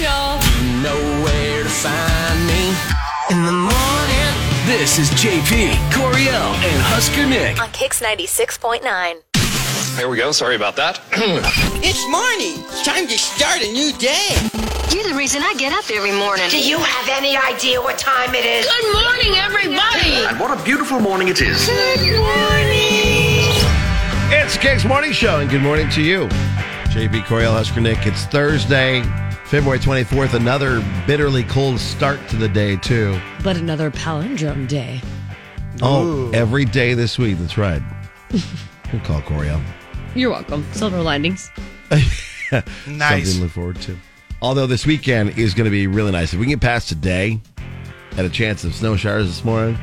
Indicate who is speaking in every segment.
Speaker 1: y'all.
Speaker 2: know where to find me in the morning. This is JP, Coriel, and Husker Nick.
Speaker 3: on Kix 96.9.
Speaker 4: There we go. Sorry about that.
Speaker 5: It's morning. It's time to start a new day.
Speaker 6: You're the reason I get up every morning.
Speaker 7: Do you have any idea what time it is?
Speaker 1: Good morning, everybody.
Speaker 8: And what a beautiful morning it is.
Speaker 9: It's Kicks Morning Show, and good morning to you. JB Coriel Husker Nick. It's Thursday, February 24th. Another bitterly cold start to the day, too.
Speaker 1: But another palindrome day.
Speaker 9: Oh, every day this week. That's right. Good call, Coriel.
Speaker 1: You're welcome. Silver linings.
Speaker 9: Something
Speaker 10: Nice.
Speaker 9: to look forward to. Although this weekend is going to be really nice. If we can get past today, at a chance of snow showers this morning,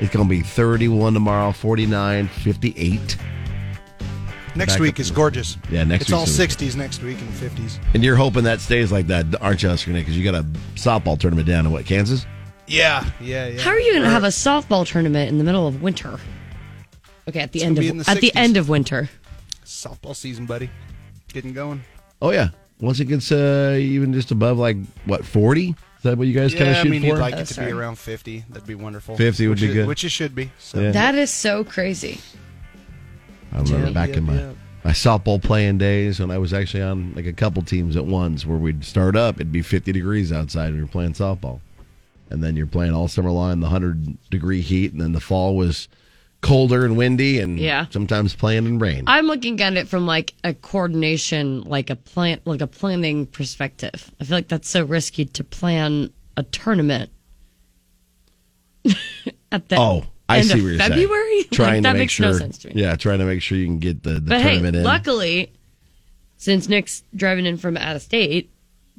Speaker 9: it's going to be 31 tomorrow, 49, 58.
Speaker 10: Next
Speaker 9: Back
Speaker 10: week
Speaker 9: up
Speaker 10: is
Speaker 9: to-
Speaker 10: gorgeous.
Speaker 9: Yeah, next
Speaker 10: It's all
Speaker 9: week's gonna
Speaker 10: 60s next week and 50s.
Speaker 9: And you're hoping that stays like that, aren't you, Husker Nick? Because you got a softball tournament down in what, Kansas?
Speaker 10: Yeah, yeah, yeah.
Speaker 1: How are you going to have a softball tournament in the middle of winter? Okay, at the end
Speaker 10: gonna
Speaker 1: of
Speaker 10: be in the
Speaker 1: at the
Speaker 10: 60s.
Speaker 1: end of winter.
Speaker 10: softball season, buddy? Getting going.
Speaker 9: Oh yeah. Once it gets uh, even just above like what forty, is that what you guys kind of
Speaker 10: yeah, I
Speaker 9: shoot
Speaker 10: mean,
Speaker 9: for?
Speaker 10: you'd like
Speaker 1: Oh,
Speaker 10: it to
Speaker 1: sorry.
Speaker 10: be around 50. That'd be wonderful.
Speaker 9: 50 would
Speaker 10: Which
Speaker 9: be
Speaker 10: it-
Speaker 9: good.
Speaker 10: which it should be. So
Speaker 9: Yeah.
Speaker 1: That is so crazy.
Speaker 9: I remember
Speaker 1: Yeah,
Speaker 9: back in my
Speaker 10: yeah.
Speaker 9: my softball playing days when I was actually on like a couple teams at once where we'd start up, it'd be fifty degrees outside, and we were playing softball, and then you're playing all summer long in the hundred degree heat, and then the fall was colder and windy, and
Speaker 1: Yeah.
Speaker 9: sometimes playing in rain.
Speaker 1: I'm looking at it from like a coordination, like a plan, like a planning perspective. I feel like that's so risky to plan a tournament at the
Speaker 9: oh. I
Speaker 1: end
Speaker 9: see
Speaker 1: of
Speaker 9: what you're saying.
Speaker 1: February. Like,
Speaker 9: Trying
Speaker 1: that
Speaker 9: to make
Speaker 1: makes
Speaker 9: sure,
Speaker 1: no sense to me.
Speaker 9: yeah, trying to make sure you can get the, the
Speaker 1: But hey,
Speaker 9: tournament in.
Speaker 1: luckily, since Nick's driving in from out of state,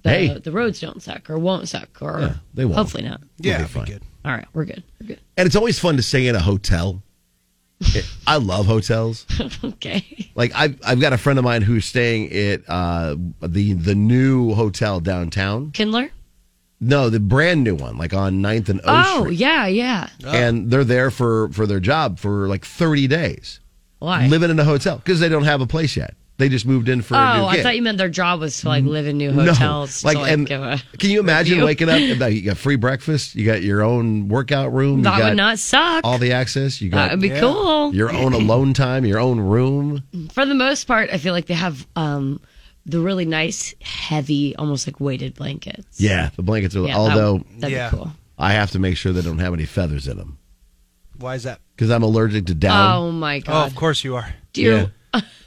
Speaker 1: the,
Speaker 9: Hey.
Speaker 1: the roads don't suck or won't suck or
Speaker 9: Yeah, they won't.
Speaker 1: hopefully not.
Speaker 10: yeah,
Speaker 9: be
Speaker 10: it'd be
Speaker 9: fun.
Speaker 10: good.
Speaker 1: All right, we're good. We're good.
Speaker 9: And it's always fun to stay in a hotel. It- I love hotels.
Speaker 1: Okay.
Speaker 9: Like I've I've got a friend of mine who's staying at uh, the the new hotel downtown.
Speaker 1: Kindler?
Speaker 9: No, the brand new one, like on 9th and O
Speaker 1: Oh,
Speaker 9: Street.
Speaker 1: yeah, yeah.
Speaker 9: And they're there for for their job for like thirty days,
Speaker 1: Why?
Speaker 9: living in a hotel because they don't have a place yet. They just moved in for.
Speaker 1: oh,
Speaker 9: a new
Speaker 1: I
Speaker 9: gig.
Speaker 1: thought you meant their job was to like live in new
Speaker 9: No.
Speaker 1: hotels. to, like,
Speaker 9: and
Speaker 1: give a
Speaker 9: can you imagine
Speaker 1: review.
Speaker 9: waking up? and You got free breakfast. You got your own workout room.
Speaker 1: That
Speaker 9: you got
Speaker 1: would not suck.
Speaker 9: all the access. You
Speaker 1: that
Speaker 9: got
Speaker 1: would be cool.
Speaker 9: your own alone time. Your own room.
Speaker 1: For the most part, I feel like they have um, the really nice, heavy, almost like weighted blankets.
Speaker 9: Yeah, the blankets are.
Speaker 1: Yeah, that would-
Speaker 9: although
Speaker 1: that'd
Speaker 10: Yeah.
Speaker 1: be cool.
Speaker 9: I have to make sure they don't have any feathers in them
Speaker 10: Why is that?
Speaker 9: because I'm allergic to down.
Speaker 1: Oh my
Speaker 10: Oh,
Speaker 1: god. Oh.
Speaker 10: of course you are.
Speaker 1: Dear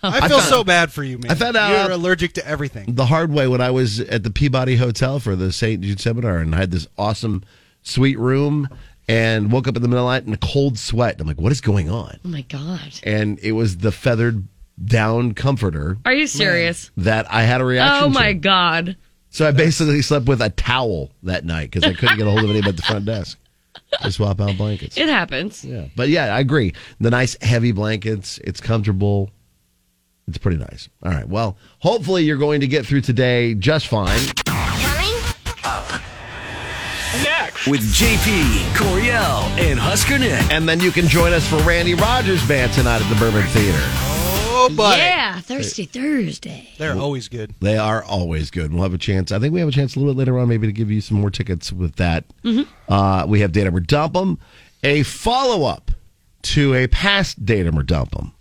Speaker 10: I feel so bad for you, man.
Speaker 9: I found out-
Speaker 10: You're allergic to everything.
Speaker 9: The hard way when I was at the Peabody Hotel for the St. Jude seminar and I had this awesome sweet room and woke up in the middle of the night in a cold sweat. I'm like, what is going on?
Speaker 1: Oh my god.
Speaker 9: And it was the feathered down comforter
Speaker 1: Are you serious?
Speaker 9: that I had a reaction
Speaker 1: Oh my
Speaker 9: to.
Speaker 1: god.
Speaker 9: So I basically slept with a towel that night because I couldn't get a hold of anybody at the front desk. I swap out blankets.
Speaker 1: It happens.
Speaker 9: Yeah, but yeah, I agree. The nice heavy blankets, it's comfortable. It's pretty nice. All right. Well, hopefully you're going to get through today just fine.
Speaker 2: With JP, Coriel, and Husker Nick.
Speaker 9: And then you can join us for Randy Rogers band tonight at the Bourbon Theater.
Speaker 10: Oh, buddy.
Speaker 1: Yeah, Thirsty Thursday.
Speaker 10: They're always good.
Speaker 9: They are always good. We'll have a chance. I think we have a chance a little bit later on, maybe to give you some more tickets with that.
Speaker 1: Mm-hmm.
Speaker 9: Uh, we have Datum or Dump 'em, a follow up to a past Datum or Dump 'em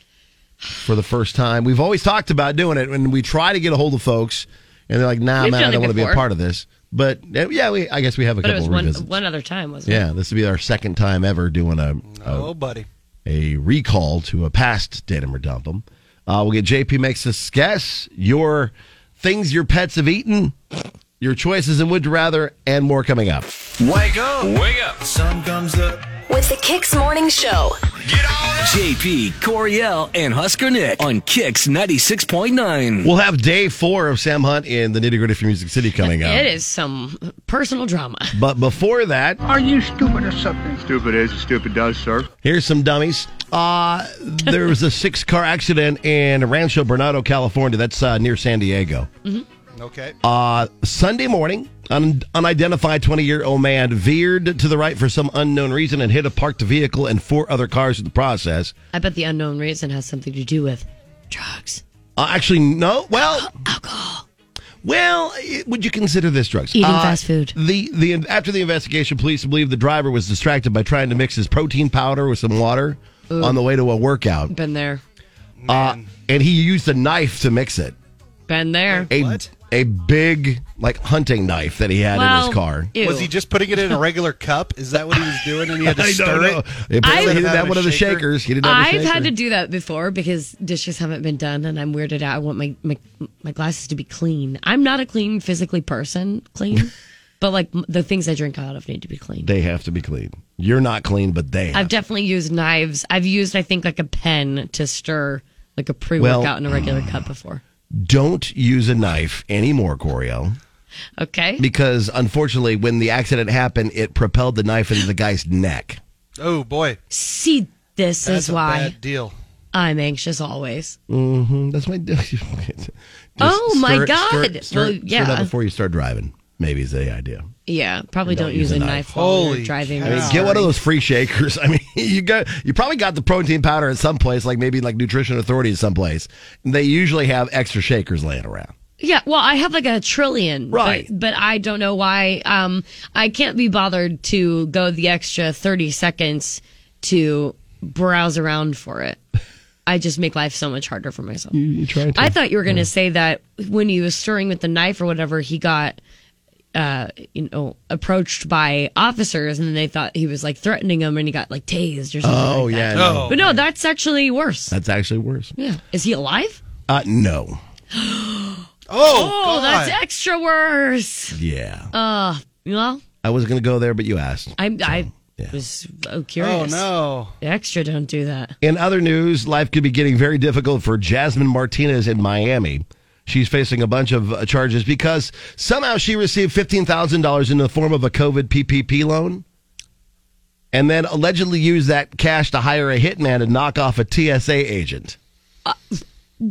Speaker 9: for the first time. We've always talked about doing it, and we try to get a hold of folks, and they're like, "Nah,
Speaker 1: We've
Speaker 9: man, I
Speaker 1: done it
Speaker 9: don't want to be a
Speaker 1: before.
Speaker 9: part of this." But uh, yeah, we, I guess we have a
Speaker 1: But it
Speaker 9: couple
Speaker 1: was
Speaker 9: of
Speaker 1: one
Speaker 9: revisits.
Speaker 1: one other time, wasn't it?
Speaker 9: yeah, this would be our second time ever doing a, a
Speaker 10: Oh, buddy.
Speaker 9: a recall to a past datum or dump 'em. Uh, we'll get JP makes us guess your things your pets have eaten, your choices and would you rather, and more coming up.
Speaker 2: Wake up. Wake up. Sun comes up.
Speaker 3: With the Kix Morning Show.
Speaker 2: JP, Coriel, and Husker Nick on Kix 96.9.
Speaker 9: We'll have day four of Sam Hunt in the nitty gritty for Music City coming up.
Speaker 1: It is some personal drama.
Speaker 9: But before that,
Speaker 11: Are you stupid or something? Stupid is, stupid does, sir.
Speaker 9: here's some dummies. Uh, there was a six car accident in Rancho Bernardo, California. That's uh, near San Diego.
Speaker 10: Okay.
Speaker 9: Uh, Sunday morning, an unidentified 20 year old man veered to the right for some unknown reason and hit a parked vehicle and four other cars in the process.
Speaker 1: I bet the unknown reason has something to do with drugs.
Speaker 9: Uh, actually, no. Well,
Speaker 1: Alcohol.
Speaker 9: Well, eh, would you consider this drugs? Uh,
Speaker 1: Eating fast food.
Speaker 9: The the after the investigation, police believe the driver was distracted by trying to mix his protein powder with some water on the way to a workout,
Speaker 1: Been there.
Speaker 9: uh, and he used a knife to mix it.
Speaker 1: Been there.
Speaker 9: A
Speaker 10: What?
Speaker 9: a big like hunting knife that he had in his car.
Speaker 1: ew.
Speaker 10: Was he just putting it in a regular cup? Is that what he was doing? And he had to
Speaker 9: I
Speaker 10: stir
Speaker 9: don't know.
Speaker 10: it.
Speaker 9: Apparently
Speaker 1: I've-
Speaker 9: he didn't have one of the
Speaker 10: Shaker?
Speaker 9: shakers. He didn't have a
Speaker 1: I've
Speaker 9: shaker.
Speaker 1: had to do that before because dishes haven't been done and I'm weirded out. I want my, my my glasses to be clean. I'm not a clean physically person, clean, but like m- the things I drink out of need to be clean.
Speaker 9: They have to be clean. You're not clean, but they.
Speaker 1: I've
Speaker 9: Have.
Speaker 1: definitely used knives. I've used I think like a pen to stir like a pre-workout
Speaker 9: Well-
Speaker 1: in a regular cup before.
Speaker 9: Don't use a knife anymore, Corio,
Speaker 1: Okay.
Speaker 9: because unfortunately, when the accident happened, it propelled the knife into the guy's neck.
Speaker 10: Oh boy,
Speaker 1: See, this
Speaker 10: that's
Speaker 1: is why
Speaker 10: a bad deal.
Speaker 1: I'm anxious always.
Speaker 9: Mm-hmm. That's my. Just
Speaker 1: Oh, my
Speaker 9: stir it- Stir,
Speaker 1: God.
Speaker 9: it- stir,
Speaker 1: Well,
Speaker 9: it- stir it
Speaker 1: yeah.
Speaker 9: up before you start driving. Maybe is the idea.
Speaker 1: Yeah, probably
Speaker 9: Don't
Speaker 1: don't, use, a knife, while
Speaker 10: Holy
Speaker 1: you're driving.
Speaker 10: cow.
Speaker 1: or
Speaker 10: I mean,
Speaker 9: Get one of
Speaker 1: stirring.
Speaker 9: those free shakers. I mean, you got you probably got the protein powder at some place, like maybe like Nutrition Authority someplace. They usually have extra shakers laying around.
Speaker 1: Yeah, well, I have like a trillion,
Speaker 9: Right.
Speaker 1: But, but I don't know why. Um, I can't be bothered to go the extra thirty seconds to browse around for it. I just make life so much harder for myself.
Speaker 9: You try to.
Speaker 1: I thought you were going to say that when he was stirring with the knife or whatever, he got, uh, you know, approached by officers, and then they thought he was like threatening them, and he got like tased or something.
Speaker 9: oh
Speaker 1: like that.
Speaker 9: yeah. no.
Speaker 10: Oh,
Speaker 1: But no, that's actually worse.
Speaker 9: That's actually worse.
Speaker 1: Yeah, is he alive?
Speaker 9: Uh, no.
Speaker 10: oh,
Speaker 1: Oh,
Speaker 10: God.
Speaker 1: that's extra worse.
Speaker 9: Yeah.
Speaker 1: Well,
Speaker 9: I was going to go there, but you asked.
Speaker 1: I'm, I
Speaker 9: yeah.
Speaker 1: was uh,
Speaker 10: Oh
Speaker 1: curious.
Speaker 10: no.
Speaker 1: Extra don't do that.
Speaker 9: In other news, life could be getting very difficult for Jasmine Martinez in Miami. She's facing a bunch of uh, charges because somehow she received $15,000 in the form of a COVID PPP loan and then allegedly used that cash to hire a hitman to knock off a TSA agent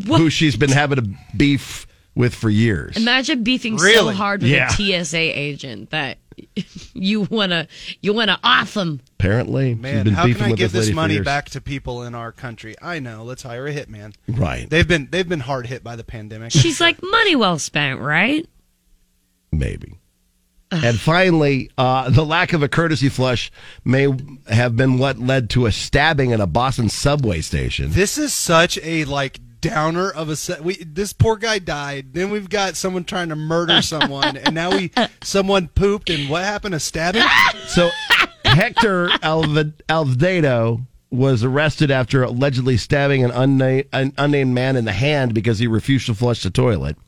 Speaker 9: who she's been having a beef with for years.
Speaker 1: Imagine beefing so
Speaker 10: Really?
Speaker 1: hard with
Speaker 9: Yeah.
Speaker 1: a TSA agent that you wanna you wanna off him.
Speaker 9: Apparently, she's
Speaker 10: Man,
Speaker 9: been
Speaker 10: how
Speaker 9: beefing
Speaker 10: can I
Speaker 9: with
Speaker 10: give
Speaker 9: this,
Speaker 10: this,
Speaker 9: lady for
Speaker 10: money
Speaker 9: years.
Speaker 10: back to people in our country? I know. Let's hire a hitman.
Speaker 9: Right.
Speaker 10: They've been they've been hard hit by the pandemic.
Speaker 1: She's like money well spent, right?
Speaker 9: maybe. And finally, uh, the lack of a courtesy flush may have been what led to a stabbing in a Boston subway station.
Speaker 10: this is such a like downer of a set. We this poor guy died. Then we've got someone trying to murder someone, and now we someone pooped. And what happened? A stabbing?
Speaker 9: So Hector Alv- Alvedo was arrested after allegedly stabbing an, unna- an unnamed man in the hand because he refused to flush the toilet.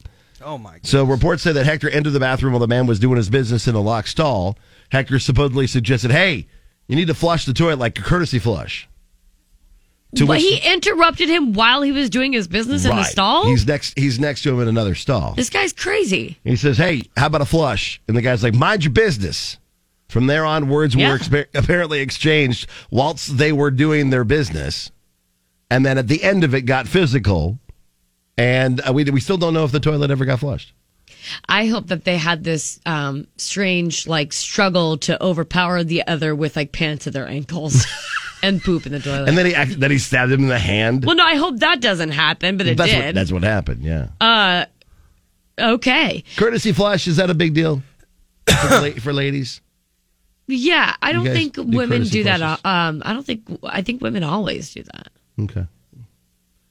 Speaker 10: Oh my god!
Speaker 9: So reports say that Hector entered the bathroom while the man was doing his business in a locked stall. Hector supposedly suggested, "Hey, you need to flush the toilet like a courtesy flush." To
Speaker 1: but
Speaker 9: which-
Speaker 1: he interrupted him while he was doing his business in the
Speaker 9: Right.
Speaker 1: stall.
Speaker 9: He's next. He's next to him in another stall.
Speaker 1: this guy's crazy.
Speaker 9: He says, "Hey, how about a flush?" And the guy's like, "Mind your business." From there on, words
Speaker 1: Yeah.
Speaker 9: were expe- apparently exchanged whilst they were doing their business, and then at the end of it, got physical. And uh, we we still don't know if the toilet ever got flushed.
Speaker 1: I hope that they had this um, strange like struggle to overpower the other with like pants at their ankles and poop in the toilet.
Speaker 9: And then he act- then he stabbed him in the hand.
Speaker 1: well, no, I hope that doesn't happen, but it
Speaker 9: that's what
Speaker 1: did. Uh,
Speaker 9: that's what happened. Yeah.
Speaker 1: okay.
Speaker 9: Courtesy flush is that a big deal for, la- for ladies?
Speaker 1: Yeah, I don't
Speaker 9: guys
Speaker 1: think
Speaker 9: do
Speaker 1: women
Speaker 9: courtesy
Speaker 1: do that.
Speaker 9: flushes?
Speaker 1: uh, Um, I don't think I think women always do that.
Speaker 9: Okay.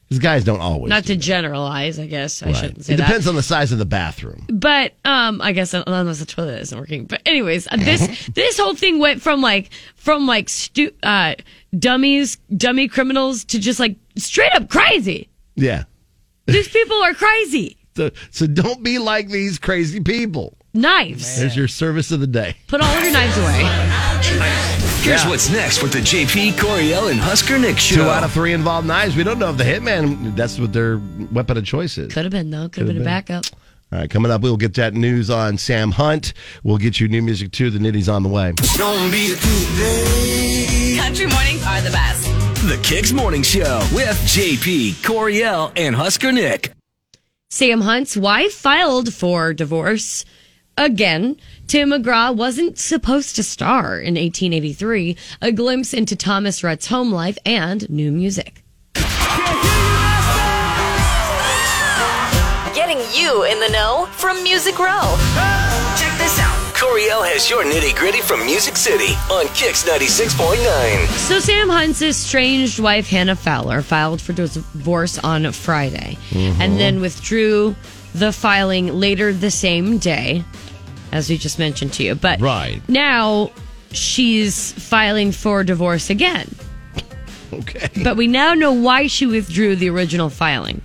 Speaker 9: Because guys don't always.
Speaker 1: Not
Speaker 9: do
Speaker 1: to generalize, I guess I
Speaker 9: that.
Speaker 1: shouldn't say
Speaker 9: It
Speaker 1: that.
Speaker 9: depends on the size of the bathroom.
Speaker 1: but um i guess unless the toilet isn't working but anyways uh, this this whole thing went from like from like stu- uh dummies dummy criminals to just like straight up crazy
Speaker 9: Yeah.
Speaker 1: these people are crazy
Speaker 9: So, so don't be like these crazy people.
Speaker 1: knives
Speaker 9: There's your service of the day.
Speaker 1: put all of your knives away
Speaker 2: Here's what's next with the JP Coriel and Husker Nick show.
Speaker 9: Two out of three involved knives. We don't know if the hitman, that's what their weapon of choice is.
Speaker 1: could have been though could have been a backup
Speaker 9: All right, coming up, we'll get that news on Sam Hunt. We'll get you new music too. The nitty's on the way.
Speaker 2: Don't be
Speaker 3: Country mornings are the best.
Speaker 2: the Kicks Morning Show with JP Coriel and Husker Nick.
Speaker 1: Sam Hunt's wife filed for divorce again. Tim McGraw wasn't supposed to star in 1883, a glimpse into Thomas Rhett's home life and new music.
Speaker 3: Get
Speaker 8: Getting you in the know from Music Row.
Speaker 7: Check this out.
Speaker 2: Coriel has your nitty gritty from Music City on Kix 96.9.
Speaker 1: So Sam Hunt's estranged wife Hannah Fowler filed for divorce on Friday,
Speaker 2: Mhm.
Speaker 1: and then withdrew the filing later the same day, as we just mentioned to you. But
Speaker 9: Right.
Speaker 1: now she's filing for divorce again.
Speaker 9: Okay.
Speaker 1: But we now know why she withdrew the original filing.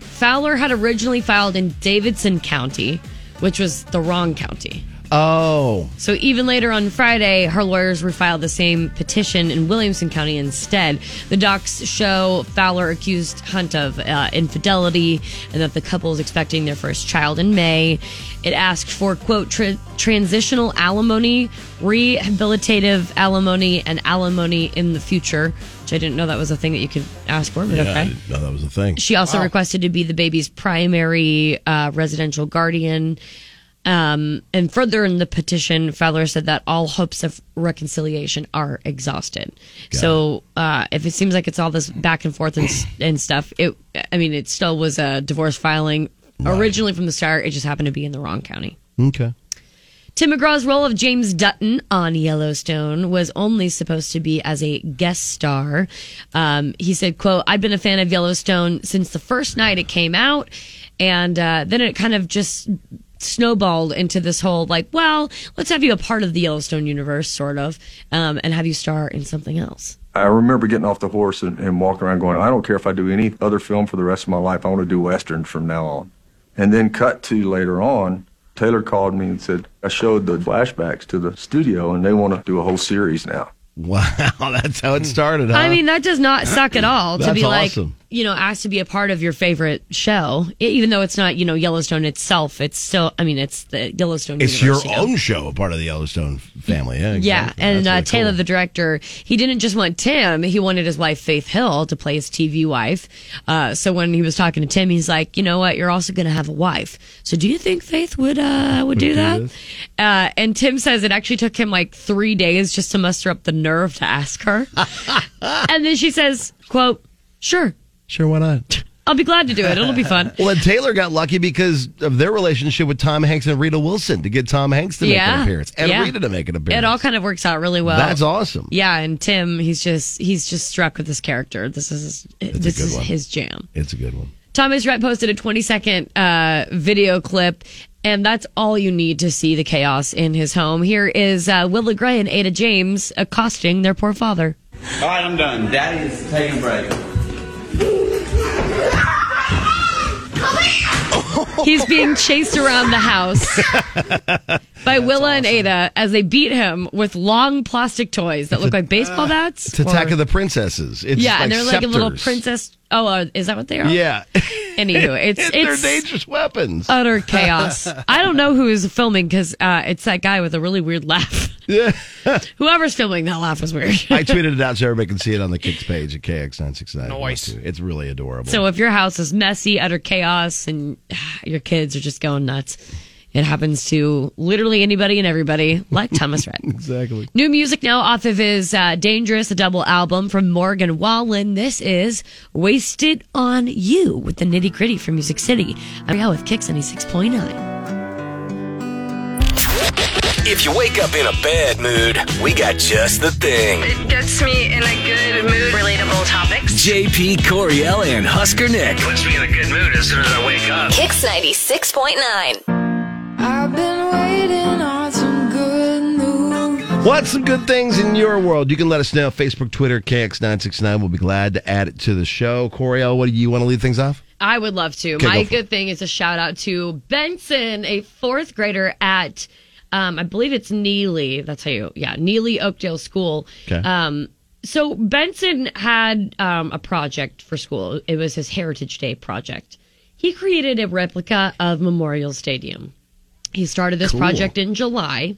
Speaker 1: Fowler had originally filed in Davidson County, which was the wrong county.
Speaker 9: Oh.
Speaker 1: So even later on Friday, her lawyers refiled the same petition in Williamson County instead. The docs show Fowler accused Hunt of uh, infidelity and that the couple is expecting their first child in May. It asked for, quote, tra- transitional alimony, rehabilitative alimony, and alimony in the future, which I didn't know that was a thing that you could ask for, but
Speaker 9: Yeah, I
Speaker 1: okay.
Speaker 9: didn't know that was a thing.
Speaker 1: She also requested to be the baby's primary uh, residential guardian. Um, and further in the petition, Fowler said that all hopes of reconciliation are exhausted.
Speaker 12: Got
Speaker 1: so uh, if it seems like it's all this back and forth and, s- and stuff, it I mean, it still was a divorce filing originally from the start. It just happened to be in the wrong county.
Speaker 9: Okay.
Speaker 1: Tim McGraw's role of James Dutton on Yellowstone was only supposed to be as a guest star. Um, he said, "quote I've been a fan of Yellowstone since the first night it came out, and uh, then it kind of just snowballed into this whole like, well, let's have you a part of the Yellowstone universe, sort of, um, and have you star in something else."
Speaker 13: I remember getting off the horse and, and walking around going, I don't care if I do any other film for the rest of my life. I want to do Westerns from now on. And then cut to later on, Taylor called me and said, I showed the flashbacks to the studio and they want to do a whole series now.
Speaker 9: Wow, that's how it started,
Speaker 1: I mean, that does not suck at all to
Speaker 9: Uh, That's
Speaker 1: be like,
Speaker 9: awesome.
Speaker 1: you know, asked to be a part of your favorite show, E- even though it's not, you know, Yellowstone itself. It's still, I mean, it's the Yellowstone.
Speaker 9: it's your
Speaker 1: universe, you know?
Speaker 9: own show, a part of the Yellowstone family. Yeah.
Speaker 1: Yeah,
Speaker 9: exactly.
Speaker 1: and
Speaker 9: That's
Speaker 1: uh,
Speaker 9: really
Speaker 1: Taylor,
Speaker 9: cool.
Speaker 1: the director, he didn't just want Tim; he wanted his wife Faith Hill to play his TV wife. Uh, so when he was talking to Tim, he's like, "You know what? You're also going to have a wife. So do you think Faith would uh, would
Speaker 12: Would
Speaker 1: do
Speaker 12: do
Speaker 1: that?"
Speaker 12: this?
Speaker 1: Uh, and Tim says it actually took him like three days just to muster up the nerve to ask her. and then she says, "Quote, sure,
Speaker 9: Sure, why not?
Speaker 1: I'll be glad to do it. It'll be fun."
Speaker 9: Well, and Taylor got lucky because of their relationship with Tom Hanks and Rita Wilson to get Tom Hanks to make
Speaker 1: Yeah.
Speaker 9: an appearance and
Speaker 1: Yeah.
Speaker 9: Rita to make an appearance.
Speaker 1: It all kind of works out really well.
Speaker 9: That's awesome.
Speaker 1: Yeah, and Tim, he's just he's just struck with this character. This is
Speaker 9: a
Speaker 1: this
Speaker 9: good
Speaker 1: is
Speaker 9: one.
Speaker 1: his jam.
Speaker 9: It's a good one.
Speaker 1: Thomas Rhett posted a 20 second uh, video clip, and that's all you need to see the chaos in his home. Here is uh, Willa Gray and Ada James accosting their poor father.
Speaker 14: All right, I'm done. Daddy is taking a break.
Speaker 1: He's being chased around the house by Willa and Ada as they beat him with long plastic toys that look like baseball bats.
Speaker 9: It's Attack
Speaker 1: or-
Speaker 9: of uh, the Princesses. It's
Speaker 1: yeah, and
Speaker 9: like
Speaker 1: they're like a little
Speaker 9: scepters.
Speaker 1: princess. Oh, uh, is that what they are?
Speaker 9: Yeah.
Speaker 1: Anywho, it's
Speaker 9: they're
Speaker 1: it's
Speaker 9: dangerous weapons.
Speaker 1: utter chaos. I don't know who is filming because uh, it's that guy with a really weird laugh.
Speaker 9: Yeah.
Speaker 1: Whoever's filming that laugh was weird.
Speaker 9: I tweeted it out so everybody can see it on the Kicks page at KX969.
Speaker 1: Nice.
Speaker 9: It's really adorable.
Speaker 1: So if your house is messy, utter chaos, and ah, your kids are just going nuts, it happens to literally anybody and everybody, like Thomas Rhett.
Speaker 9: exactly.
Speaker 1: New music now off of his uh, Dangerous, a double album from Morgan Wallen. This is Wasted on You with the nitty gritty from Music City. I'm here with Kicks 96.9.
Speaker 2: If you wake up in a bad mood, we got just the thing.
Speaker 3: It gets me in a good mood. Relatable topics.
Speaker 2: JP Coriel and Husker Nick. Puts me in a good mood as soon as I wake up.
Speaker 8: Kicks 96.9.
Speaker 15: I've been waiting on some good news.
Speaker 9: What's some good things in your world? You can let us know. Facebook, Twitter, KX969. We'll be glad to add it to the show. Coriel, what do you want to lead things off?
Speaker 1: I would love to.
Speaker 9: Okay,
Speaker 1: My
Speaker 9: go for
Speaker 1: good thing is a shout out to Benson, a fourth grader at, um, I believe it's Neely. That's how you, yeah, Neely Oakdale School.
Speaker 12: Okay.
Speaker 1: Um, so Benson had um, a project for school. It was his Heritage Day project. He created a replica of Memorial Stadium. He started this
Speaker 12: Cool.
Speaker 1: project in July.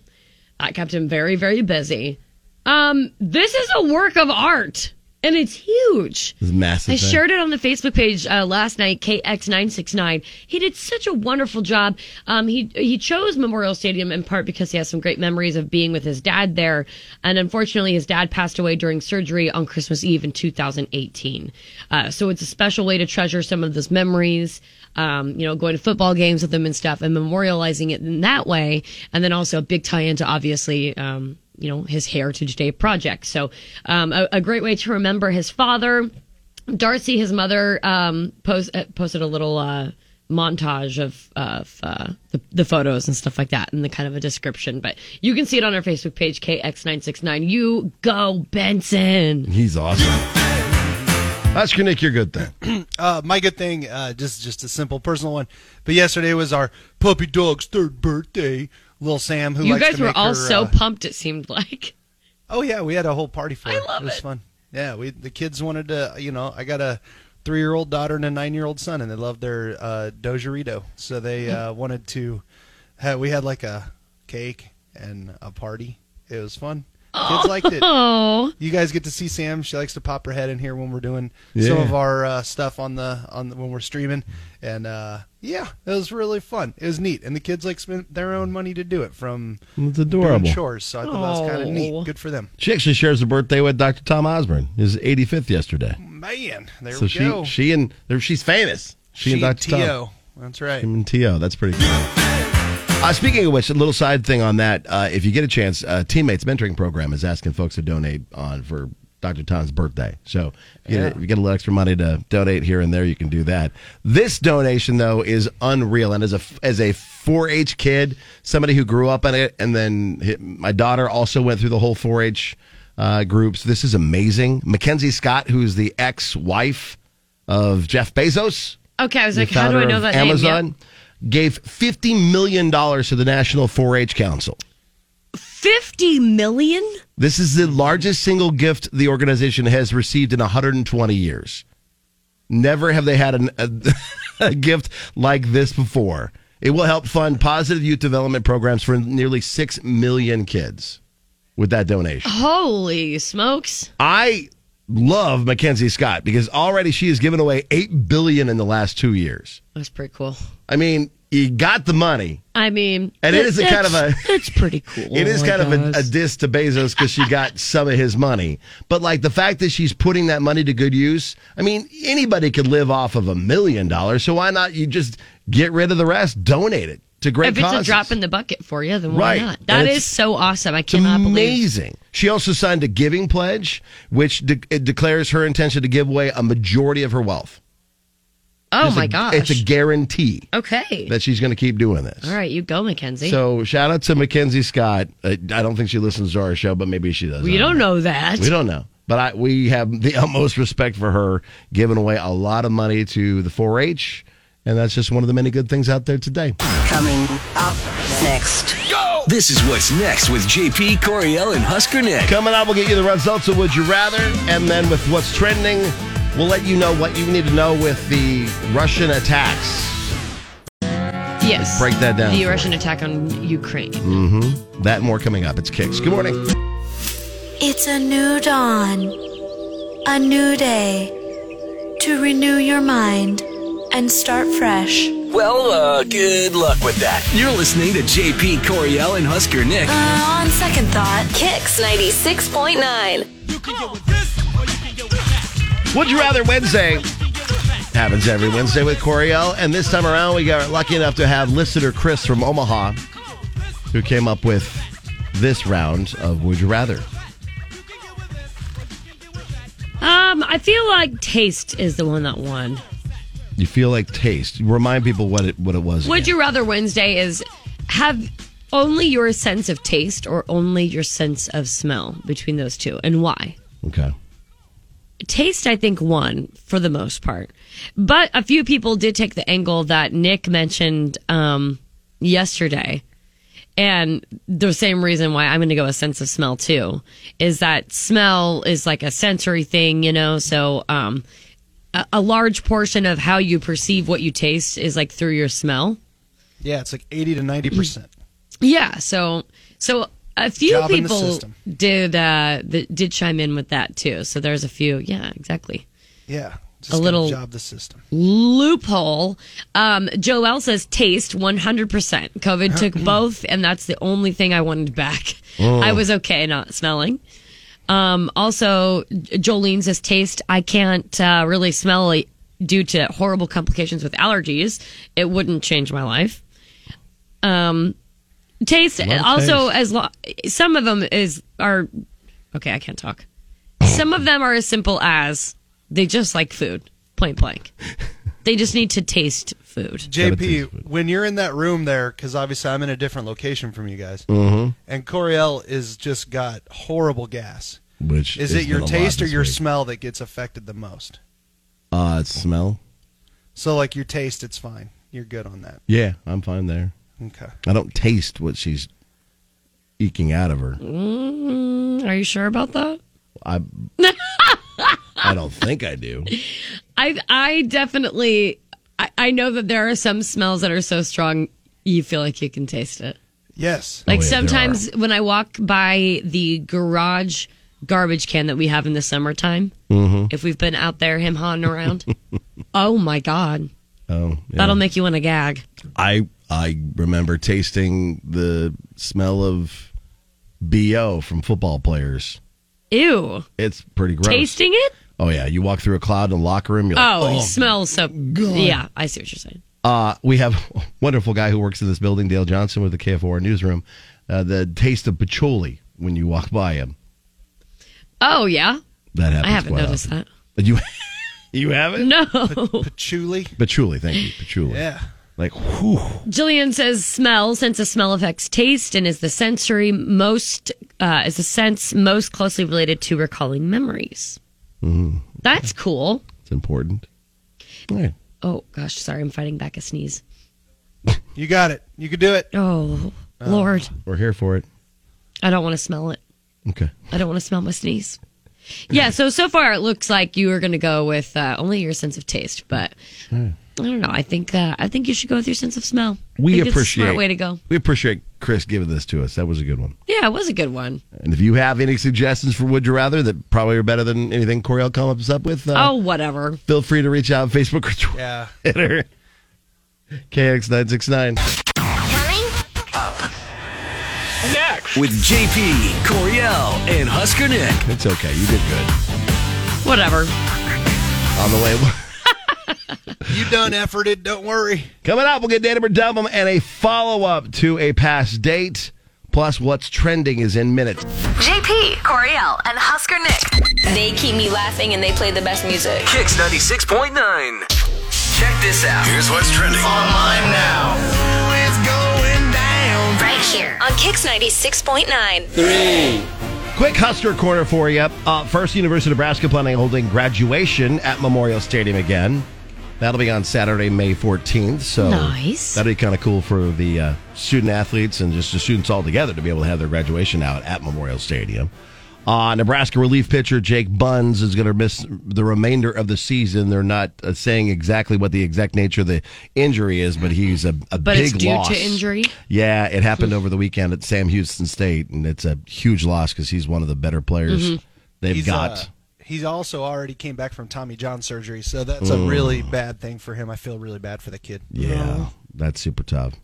Speaker 1: That kept him very, very busy. Um, this is a work of art. And it's huge.
Speaker 9: It's massive.
Speaker 1: I
Speaker 9: thing.
Speaker 1: shared it on the Facebook page uh, last night, KX969. He did such a wonderful job. Um, he he chose Memorial Stadium in part because he has some great memories of being with his dad there, and unfortunately, his dad passed away during surgery on Christmas Eve in 2018. Uh, so it's a special way to treasure some of those memories. Um, you know, going to football games with them and stuff, and memorializing it in that way, and then also a big tie into obviously. Um, you know his heritage day project so um, a, a great way to remember his father darcy his mother um, post, uh, posted a little uh, montage of, of uh, the, the photos and stuff like that and the kind of a description but you can see it on our facebook page kx969 you go benson
Speaker 9: He's awesome. That's Nick, your good thing.
Speaker 10: uh, my good thing, uh, just just a simple personal one. But yesterday was our puppy dog's third birthday. Little Sam, who
Speaker 1: you
Speaker 10: likes
Speaker 1: guys
Speaker 10: to
Speaker 1: were
Speaker 10: make
Speaker 1: all
Speaker 10: her,
Speaker 1: so
Speaker 10: uh,
Speaker 1: pumped it seemed like
Speaker 10: oh yeah, we had a whole party for. I it.
Speaker 1: love
Speaker 10: it was
Speaker 1: it.
Speaker 10: fun. Yeah, we the kids wanted to. You know, I got a three-year-old daughter and a nine-year-old son, and they love their uh, Dojerito, so they uh, wanted to. Have, we had like a cake and a party. It was fun. Kids liked it.
Speaker 1: Oh.
Speaker 10: You guys get to see Sam. She likes to pop her head in here when we're doing some
Speaker 9: Yeah.
Speaker 10: of our uh, stuff on the on the, when we're streaming, and uh, yeah, it was really fun. It was neat, and the kids like spent their own money to do it from
Speaker 9: It's
Speaker 10: doing
Speaker 9: adorable.
Speaker 10: chores. So I thought that was kind of
Speaker 1: Oh.
Speaker 10: neat. Good for them.
Speaker 9: She actually shares a birthday with Dr. Tom Osborne. His 85th yesterday.
Speaker 10: Man, there
Speaker 9: so
Speaker 10: we
Speaker 9: she,
Speaker 10: go.
Speaker 9: she and there- she's famous. She, and Dr. Tom.
Speaker 10: T.O. That's right.
Speaker 9: Him and T.O. That's pretty cool. Uh, speaking of which, a little side thing on that. Uh, if you get a chance, uh, Teammates Mentoring Program is asking folks to donate on for Dr. Tom's birthday. So if you, get,
Speaker 10: Yeah.
Speaker 9: if you get a little extra money to donate here and there, you can do that. This donation, though, is unreal. And as a as a 4-H kid, somebody who grew up in it, and then hi my daughter also went through the whole 4-H uh, groups. This is amazing. Mackenzie Scott, who's the ex-wife of Jeff Bezos
Speaker 1: okay i was
Speaker 9: the
Speaker 1: like how do i
Speaker 9: founder
Speaker 1: know
Speaker 9: of
Speaker 1: that
Speaker 9: Amazon,
Speaker 1: name
Speaker 9: gave fifty million dollars to the National 4-H Council.
Speaker 1: Yep. 50 million
Speaker 9: This is the largest single gift the organization has received in 120 years. Never have they had an, a, a gift like this before. It will help fund positive youth development programs for nearly six million kids with that donation.
Speaker 1: holy smokes
Speaker 9: I love Mackenzie Scott because already she has given away eight billion in the last two years.
Speaker 1: that's pretty cool
Speaker 9: I mean, you got the money.
Speaker 1: i mean
Speaker 9: And it is a kind of a-
Speaker 1: that's- that's pretty cool Oh
Speaker 9: It is
Speaker 1: I
Speaker 9: kind of
Speaker 1: guess.
Speaker 9: a, a diss to Bezos because she got some of his money. But like the fact that she's putting that money to good use, I mean, anybody could live off of a million dollars. So why not you just get rid of the rest, donate it to great
Speaker 1: if it's
Speaker 9: causes?
Speaker 1: a drop in the bucket for you, then why
Speaker 9: Right.
Speaker 1: not?
Speaker 9: And
Speaker 1: That
Speaker 9: it's-
Speaker 1: is so awesome. I
Speaker 9: It's
Speaker 1: cannot believe.
Speaker 9: amazing. She also signed a giving pledge, which de- it declares her intention to give away a majority of her wealth.
Speaker 1: Oh
Speaker 9: It's a-
Speaker 1: my gosh.
Speaker 9: It's a guarantee
Speaker 1: okay.
Speaker 9: that she's going to keep doing this.
Speaker 1: All right, you go, Mackenzie.
Speaker 9: So shout out to Mackenzie Scott. I, I don't think she listens to our show, but maybe she does.
Speaker 1: we
Speaker 9: I
Speaker 1: don't know that.
Speaker 9: uh, We don't know. But I, we have the utmost respect for her giving away a lot of money to the 4 H. And that's just one of the many good things out there today.
Speaker 3: Coming up next. Go!
Speaker 2: This is what's next with JP Coriel and Husker Nick.
Speaker 9: Coming up, we'll get you the results of Would You Rather. And then with what's trending, we'll let you know what you need to know with the Russian attacks.
Speaker 1: Yes.
Speaker 9: break that down
Speaker 1: The
Speaker 9: for
Speaker 1: Russian attack on Ukraine.
Speaker 9: Mm-hmm. That and more coming up. It's Kicks. Good morning.
Speaker 12: It's a new dawn, a new day to renew your mind and start fresh.
Speaker 2: Well, uh, good luck with that. You're listening to JP Coriel and Husker Nick.
Speaker 12: Uh, on second thought,
Speaker 8: Kicks 96.9.
Speaker 9: Would You Rather Wednesday happens every Wednesday with Coriel. And this time around, we got lucky enough to have listener Chris from Omaha who came up with this round of Would You Rather.
Speaker 1: Um, I feel like taste is the one that won.
Speaker 9: You feel like taste. Remind people what it what it was.
Speaker 1: Would you rather Wednesday is have only your sense of taste or only your sense of smell between those two and why?
Speaker 9: Okay.
Speaker 1: taste i think won for the most part but a few people did take the angle that nick mentioned um, yesterday and the same reason why i'm going to go a sense of smell too is that smell is like a sensory thing you know so um, a, a large portion of how you perceive what you taste is like through your smell
Speaker 10: Yeah, it's like eighty to ninety percent.
Speaker 1: yeah so so a few
Speaker 10: Job in the
Speaker 1: people
Speaker 10: system.
Speaker 1: did uh, th- did chime in with that too. So there's a few. Yeah, exactly.
Speaker 10: Yeah. Just
Speaker 1: a
Speaker 10: gotta
Speaker 1: little
Speaker 10: job the system.
Speaker 1: loophole. Um, Joel says taste 100%. COVID took both, and that's the only thing I wanted back.
Speaker 16: Mm-hmm. Oh.
Speaker 1: I was okay not smelling. Um, also, Jolene says taste. I can't uh, really smell it due to horrible complications with allergies. It wouldn't change my life. Um, taste
Speaker 16: Love
Speaker 1: also
Speaker 16: taste.
Speaker 1: as lo- some of them is are okay. I can't talk. Some of them are as simple as they just like food, point blank. they just need to taste food.
Speaker 10: JP, when you're in that room there, because obviously I'm in a different location from you guys,
Speaker 9: Mhm.
Speaker 10: and Coriel is just got horrible gas.
Speaker 9: Which
Speaker 10: is
Speaker 9: has
Speaker 10: it your
Speaker 9: been a lot
Speaker 10: taste or
Speaker 9: this
Speaker 10: your
Speaker 9: week.
Speaker 10: smell that gets affected the most?
Speaker 9: Uh, smell.
Speaker 10: So like your taste, it's fine. You're good on that.
Speaker 9: Yeah, I'm fine there.
Speaker 10: Okay.
Speaker 9: I don't taste what she's eking out of her.
Speaker 1: Mm, are you sure about that?
Speaker 9: I I don't think I do.
Speaker 1: I I definitely I, I know that there are some smells that are so strong you feel like you can taste
Speaker 9: Oh,
Speaker 1: it.
Speaker 10: Yes.
Speaker 1: Like sometimes when I walk by the garage garbage can that we have in the summertime,
Speaker 9: Mhm.
Speaker 1: if we've been out there him hawing around, oh my god,
Speaker 9: Oh, yeah.
Speaker 1: that'll make you want to gag.
Speaker 9: I I remember tasting the smell of bo from football players.
Speaker 1: Ew,
Speaker 9: It's pretty gross.
Speaker 1: tasting it.
Speaker 9: Oh yeah, you walk through a cloud in the locker room. You're
Speaker 1: oh,
Speaker 9: like,
Speaker 1: it
Speaker 9: oh,
Speaker 1: smells so. Yeah, I see what you're saying.
Speaker 9: Uh, we have a wonderful guy who works in this building, Dale Johnson, with the KFOR newsroom. Uh, the taste of patchouli when you walk by him.
Speaker 1: Oh yeah,
Speaker 9: That happens.
Speaker 1: I haven't
Speaker 9: quite
Speaker 1: noticed
Speaker 9: often. But you, you haven't?
Speaker 1: No.
Speaker 10: patchouli.
Speaker 9: Patchouli, thank you. Patchouli.
Speaker 10: Yeah.
Speaker 9: Like, whew.
Speaker 1: Jillian says smell, sense of smell affects taste and is the sensory most uh, is the sense most closely related to recalling memories.
Speaker 9: Mm,
Speaker 1: That's cool.
Speaker 9: it's important. All right.
Speaker 1: Oh gosh, sorry, I'm fighting back a sneeze.
Speaker 10: You got it. You could do it.
Speaker 1: Oh, Lord,
Speaker 9: We're here for it.
Speaker 1: I don't want to smell it.
Speaker 9: Okay.
Speaker 1: I don't want to smell my sneeze. Yeah, so so far it looks like you are going to go with uh, only your sense of taste, but
Speaker 9: Yeah.
Speaker 1: I don't know. I think uh, I think you should go with your sense of smell. I
Speaker 9: We
Speaker 1: think it's a
Speaker 9: appreciate
Speaker 1: smart way to go.
Speaker 9: We appreciate Chris giving this to us. That was a good one.
Speaker 1: Yeah, it was a good one.
Speaker 9: And if you have any suggestions for Would You Rather that probably are better than anything Coriel comes up with, uh,
Speaker 1: oh, whatever.
Speaker 9: feel free to reach out Facebook or Twitter.
Speaker 10: Yeah.
Speaker 9: KX969.
Speaker 2: Next. With JP, Coriel, and Husker Nick.
Speaker 9: It's okay. You did good.
Speaker 1: Whatever.
Speaker 9: On the way.
Speaker 10: You done efforted. Don't worry.
Speaker 9: Coming up, we'll get Datum or Dumb 'Em and a follow up to a past date. Plus, what's trending is in minutes.
Speaker 8: JP, Coriel, and Husker Nick. They keep me laughing and they play the best music.
Speaker 2: Kicks 96.9. Check this out. Here's what's trending online now. It's going down.
Speaker 8: Right here on Kix 96.9.
Speaker 2: Three.
Speaker 9: Quick Husker corner for you. Uh, first, University of Nebraska planning on holding graduation at Memorial Stadium again. That'll be on Saturday, May 14th. So
Speaker 1: Nice.
Speaker 9: That'll be kind of cool for the uh, student athletes and just the students all together to be able to have their graduation out at Memorial Stadium. Uh, Nebraska relief pitcher Jake Buns is going to miss the remainder of the season. They're not uh, saying exactly what the exact nature of the injury is, but he's a, a
Speaker 1: But
Speaker 9: big
Speaker 1: it's due
Speaker 9: loss.
Speaker 1: to injury.
Speaker 9: Yeah, it happened over the weekend at Sam Houston State, and it's a huge loss because he's one of the better players
Speaker 10: Mhm.
Speaker 9: they've
Speaker 10: He's,
Speaker 9: got.
Speaker 10: uh, he's also already came back from Tommy John surgery, so that's a
Speaker 9: Mm.
Speaker 10: really bad thing for him. I feel really bad for the kid.
Speaker 9: yeah, that's super tough.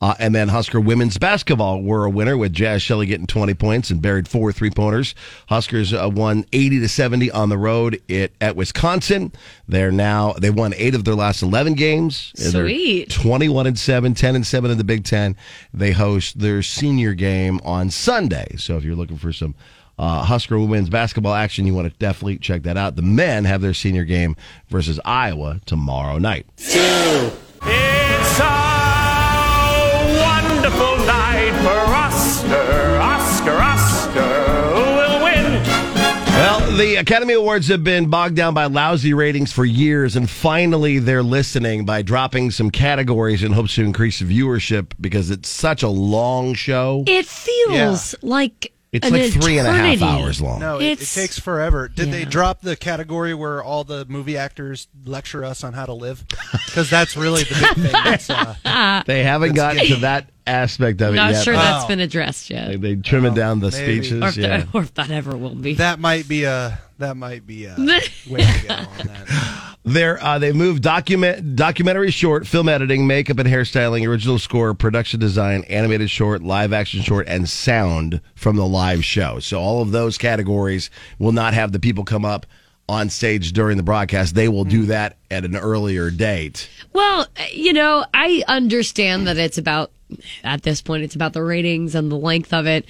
Speaker 9: Uh, and then Husker women's basketball were a winner with Jazz Shelley getting 20 points and buried four three pointers. Huskers uh, won 80 to 70 on the road it, at Wisconsin. They're now they won eight of their last 11 games. They're
Speaker 1: Sweet.
Speaker 9: 21 and 7, 10 and 7 in the Big Ten. They host their senior game on Sunday. So if you're looking for some uh, Husker women's basketball action, you want to definitely check that out. The men have their senior game versus Iowa tomorrow night.
Speaker 17: Two. It's a wonderful night for Oscar, Oscar, Oscar. Who will win?
Speaker 9: Well, the Academy Awards have been bogged down by lousy ratings for years, and finally they're listening by dropping some categories in hopes to increase viewership because it's such a long show.
Speaker 1: It feels like
Speaker 9: It's
Speaker 1: an
Speaker 9: like three and a half
Speaker 1: eternity.
Speaker 9: hours long.
Speaker 10: No, it, it
Speaker 1: It's-
Speaker 10: takes forever. Did they drop the category where all the movie actors lecture us on how to live? Because that's really the big thing. That's, uh,
Speaker 9: they haven't
Speaker 10: That's
Speaker 9: gotten
Speaker 10: good.
Speaker 9: to that aspect of it
Speaker 1: Not
Speaker 9: yet.
Speaker 1: sure that's been addressed yet.
Speaker 9: They, they trim it down the
Speaker 10: Oh, maybe.
Speaker 9: speeches.
Speaker 1: or, if
Speaker 9: yeah.
Speaker 1: that, or if that ever will be.
Speaker 10: That might be a that might be a way to go on that.
Speaker 9: They're, uh, they move document documentary short, film editing, makeup and hairstyling, original score, production design, animated short, live action short, and sound from the live show. So all of those categories will not have the people come up on stage during the broadcast. They will
Speaker 1: Mm.
Speaker 9: do that at an earlier date.
Speaker 1: Well, you know, I understand that it's about at this point it's about the ratings and the length of it.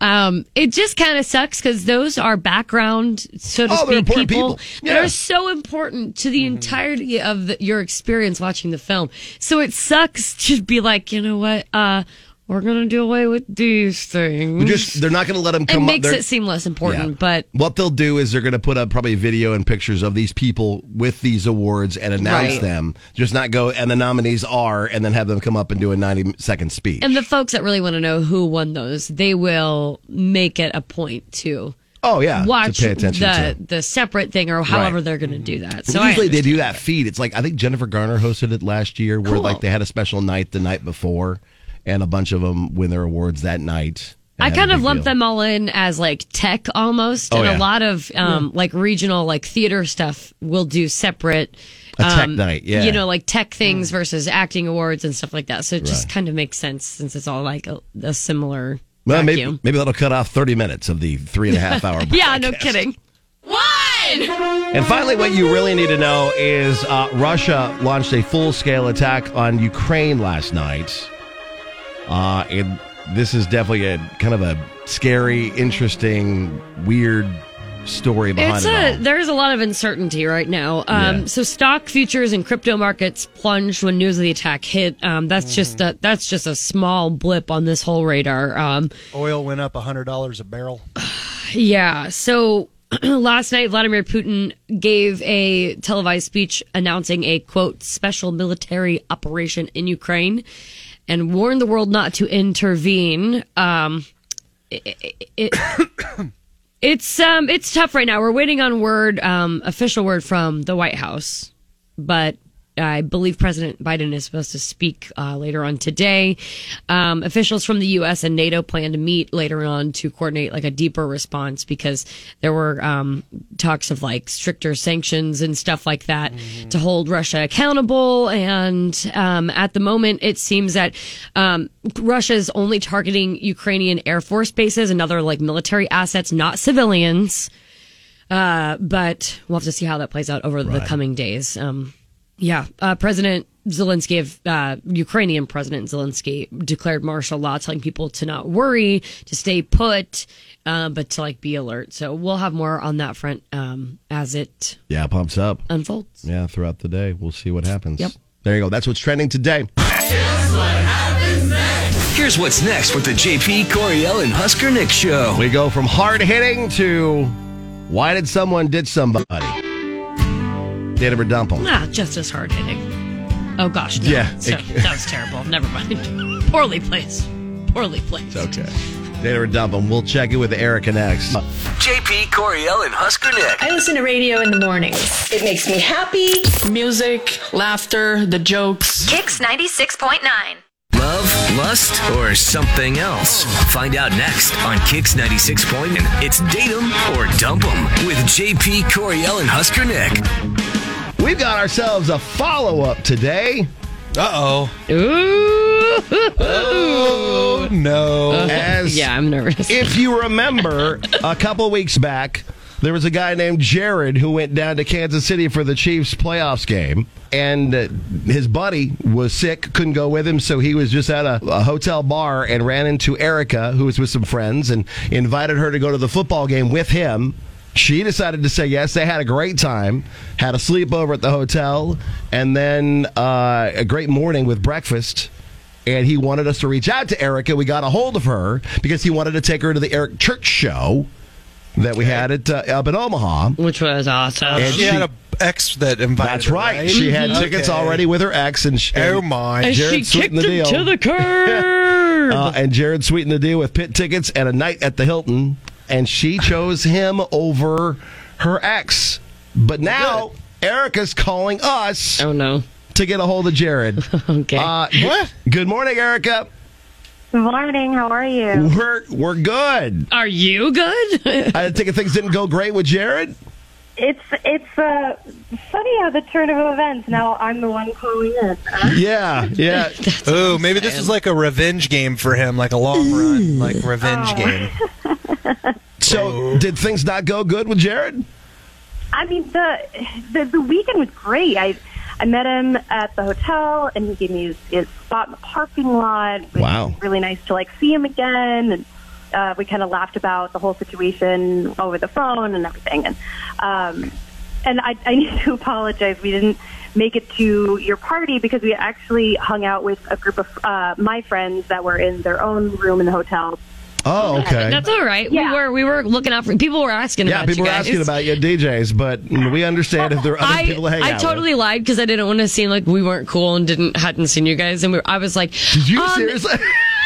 Speaker 1: Um, it just kind of sucks because those are background, so to
Speaker 9: Oh, they're
Speaker 1: speak, people,
Speaker 9: important people.
Speaker 1: that
Speaker 9: Yeah. Mm-hmm.
Speaker 1: are so important to the entirety of the, your experience watching the film. So it sucks to be like, you know what, uh, we're gonna do away with these things.
Speaker 9: We just they're not going to let them
Speaker 1: it
Speaker 9: come up.
Speaker 1: makes
Speaker 9: They're-
Speaker 1: it seem less important,
Speaker 9: Yeah.
Speaker 1: but
Speaker 9: what they'll do is they're going to put up probably video and pictures of these people with these awards and announce
Speaker 1: Right.
Speaker 9: them. Just not go and the nominees are, and then have them come up and do a ninety second speech.
Speaker 1: and the folks that really want to know who won those, they will make it a point to
Speaker 9: Oh yeah, to
Speaker 1: watch
Speaker 9: pay attention
Speaker 1: the
Speaker 9: to.
Speaker 1: the separate thing or however
Speaker 9: Right.
Speaker 1: they're going to do that. So
Speaker 9: So usually
Speaker 1: I
Speaker 9: they do that feed. It's like I think Jennifer Garner hosted it last year, where
Speaker 1: Cool.
Speaker 9: like they had a special night the night before, and a bunch of them win their awards that night. and
Speaker 1: I
Speaker 9: have a
Speaker 1: kind of
Speaker 9: big
Speaker 1: lump
Speaker 9: deal.
Speaker 1: them all in as like tech almost,
Speaker 9: Oh,
Speaker 1: and a
Speaker 9: yeah.
Speaker 1: lot of um,
Speaker 9: Yeah.
Speaker 1: like regional like theater stuff will do separate.
Speaker 9: A tech
Speaker 1: um,
Speaker 9: night, yeah. Mm.
Speaker 1: You know, like tech things versus acting awards and stuff like that. So it just kind of makes sense since it's all like a, a similar.
Speaker 9: Well, maybe,
Speaker 1: vacuum.
Speaker 9: maybe that'll cut off thirty minutes of the three and a half hour.
Speaker 1: yeah, no kidding.
Speaker 9: And finally, what you really need to know is uh, Russia launched a full scale attack on Ukraine last night. Uh, and this is definitely a kind of a scary, interesting, weird story behind
Speaker 1: It's
Speaker 9: it. all.
Speaker 1: a there's a lot of uncertainty right now. Um, So stock futures and crypto markets plunged when news of the attack hit. Um,
Speaker 9: Mm.
Speaker 1: that's just a, that's just a small blip on this whole radar. Um,
Speaker 10: Oil went up hundred dollars a barrel.
Speaker 1: yeah. So last night, Vladimir Putin gave a televised speech announcing a quote special military operation in Ukraine and warned the world not to intervene. Um, it, it, it's um it's tough right now. We're waiting on word, um, official word from the White House, but I believe President Biden is supposed to speak uh, later on today. Um, officials from the U.S. and NATO plan to meet later on to coordinate like a deeper response because there were um, talks of like stricter sanctions and stuff like that to hold Russia accountable. And um, at the moment, it seems that um, Russia is only targeting Ukrainian air force bases and other like military assets, not civilians. Uh, but we'll have to see how that plays out over the coming days. Um, yeah, uh, President Zelensky of uh, Ukrainian President Zelensky declared martial law, telling people to not worry, to stay put, uh, but to like be alert. So we'll have more on that front um, as it
Speaker 9: yeah, it pumps up.
Speaker 1: unfolds.
Speaker 9: Yeah, throughout the day. We'll see what happens.
Speaker 1: Yep.
Speaker 9: There you go. That's what's trending today.
Speaker 2: Here's what's next with the JP Coriel and Husker Nick show.
Speaker 9: We go from hard hitting to why did someone ditch somebody? Date or dump 'em?
Speaker 1: Ah, just as hard hitting. Oh gosh, no.
Speaker 9: Yeah.
Speaker 1: So, that was terrible. Never mind. Poorly placed. Poorly placed.
Speaker 9: Okay. Date or dump 'em. We'll check it with Erica next.
Speaker 2: JP Coriel and Husker Nick.
Speaker 16: I listen to radio in the morning. It makes me happy. Music, laughter, the jokes.
Speaker 8: Kicks 96.9.
Speaker 2: Love, lust, or something else? Find out next on Kix 96.9. It's Date 'em or Dump 'em with JP Coriel and Husker Nick.
Speaker 9: We've got ourselves a follow up today.
Speaker 10: Uh
Speaker 1: oh. Oh
Speaker 10: no.
Speaker 9: As
Speaker 1: yeah, I'm nervous.
Speaker 9: if you remember, a couple weeks back, there was a guy named Jared who went down to Kansas City for the Chiefs playoffs game, and uh, his buddy was sick, couldn't go with him, so he was just at a, a hotel bar and ran into Erica, who was with some friends, and invited her to go to the football game with him. She decided to say yes. They had a great time, had a sleepover at the hotel, and then uh, a great morning with breakfast and he wanted us to reach out to Erica. We got a hold of her because he wanted to take her to the Eric Church show that we had at uh, up in Omaha,
Speaker 1: which was awesome.
Speaker 10: And she, had a ex that invited.
Speaker 9: that's
Speaker 10: her,
Speaker 9: right. She had
Speaker 10: Mm-hmm. Okay.
Speaker 9: tickets already with her ex, and, she, and
Speaker 10: Oh, my.
Speaker 1: And
Speaker 9: Jared
Speaker 1: she
Speaker 9: sweetened
Speaker 1: kicked
Speaker 9: the
Speaker 1: him
Speaker 9: deal.
Speaker 1: to the curb.
Speaker 9: Uh, and Jared sweetened the deal with pit tickets and a night at the Hilton, and she chose him over her ex. But now Erica's calling us.
Speaker 1: Oh no!
Speaker 9: To get a hold of Jared.
Speaker 1: okay.
Speaker 9: Uh, what? Good morning, Erica.
Speaker 18: Good morning. How are you?
Speaker 9: We're we're good.
Speaker 1: Are you good?
Speaker 9: I think things didn't go great with Jared.
Speaker 18: It's it's uh, funny how the turn of events. Now I'm the one calling in. Uh,
Speaker 9: Yeah, yeah.
Speaker 10: Ooh, maybe this is like a revenge game for him, like a long run, like
Speaker 18: Oh.
Speaker 10: revenge game.
Speaker 9: So, did things not go good with Jared?
Speaker 18: I mean the the, the weekend was great. I I met him at the hotel, and he gave me his, his spot in the parking lot. It was
Speaker 9: Wow.
Speaker 18: really nice to like see him again, and uh, we kind of laughed about the whole situation over the phone and everything. And um, and I, I need to apologize. We didn't make it to your party because we actually hung out with a group of uh, my friends that were in their own room in the hotel.
Speaker 9: Oh, okay.
Speaker 1: That's all right. We were we were looking out for people were asking
Speaker 9: yeah,
Speaker 1: about
Speaker 9: people
Speaker 1: you
Speaker 9: were
Speaker 1: guys.
Speaker 9: asking about you, DJs, but we understand if there are other
Speaker 1: I,
Speaker 9: people to hang
Speaker 1: I
Speaker 9: out with.
Speaker 1: totally lied because I didn't want to seem like we weren't cool and didn't hadn't seen you guys and we, I was like Did
Speaker 9: you seriously?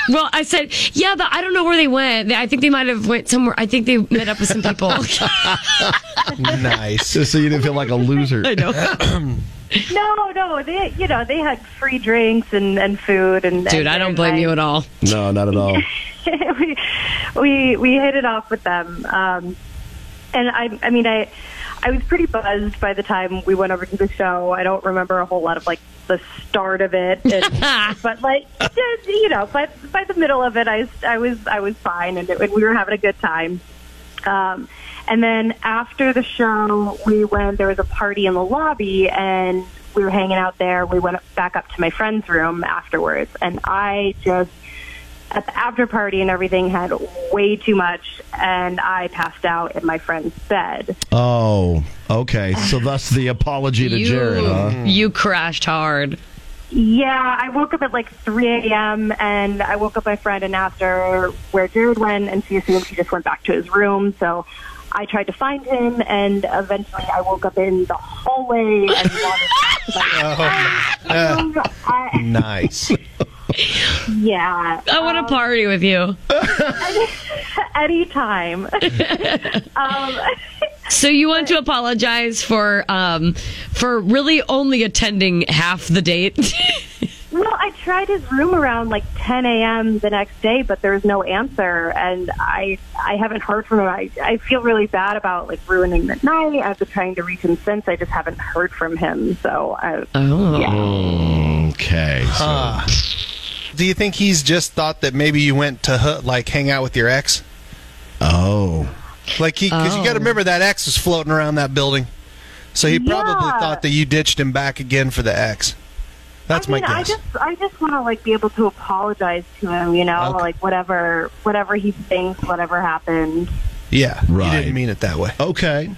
Speaker 1: Well, I said, yeah, but I don't know where they went. They- I think they might have went somewhere. I think they met up with some people.
Speaker 10: nice.
Speaker 9: Just so you didn't feel like a loser. I
Speaker 1: know.
Speaker 18: No, no, they you know they had free drinks and and food and
Speaker 1: Dude, I don't blame you at all.
Speaker 9: No, not at all.
Speaker 18: we we we hit it off with them. Um, and I I mean I I was pretty buzzed by the time we went over to the show. I don't remember a whole lot of like the start of it, and, but like just, you know, but by the middle of it, I I was I was fine, and, it, and we were having a good time. Um, and then after the show, we went. There was a party in the lobby, and we were hanging out there. We went back up to my friend's room afterwards, and I just at the after party and everything had way too much, and I passed out in my friend's bed.
Speaker 9: Oh, okay. So thus the apology to
Speaker 1: You,
Speaker 9: Jared, huh?
Speaker 1: you crashed hard.
Speaker 18: Yeah, I woke up at like 3 a.m. and I woke up my friend and asked her where Jared went, and she assumed he just went back to his room. So I tried to find him, and uh, eventually I woke up in the hallway and wandered back to my room. I,
Speaker 10: nice.
Speaker 18: yeah.
Speaker 1: I want to party with you.
Speaker 18: Anytime. um,
Speaker 1: So you want to apologize for um for really only attending half the date?
Speaker 18: Well, I tried his room around like 10 a.m. the next day, but there was no answer, and I I haven't heard from him. I, I feel really bad about like ruining the night. I've been trying to reach him since. I just haven't heard from him, so I,
Speaker 1: oh.
Speaker 9: Okay. So.
Speaker 10: Huh. Do you think he's just thought that maybe you went to hu- like hang out with your ex?
Speaker 9: Oh.
Speaker 10: Like he, because you got to
Speaker 18: Oh.
Speaker 10: remember that ex was floating around that building, so he probably
Speaker 18: Yeah.
Speaker 10: thought that you ditched him back again for the ex. That's
Speaker 18: I mean,
Speaker 10: my guess.
Speaker 18: I just I just want to like be able to apologize to him, you know, like whatever whatever he thinks, whatever happened.
Speaker 10: Yeah,
Speaker 9: right.
Speaker 10: didn't mean it that way.
Speaker 9: Okay.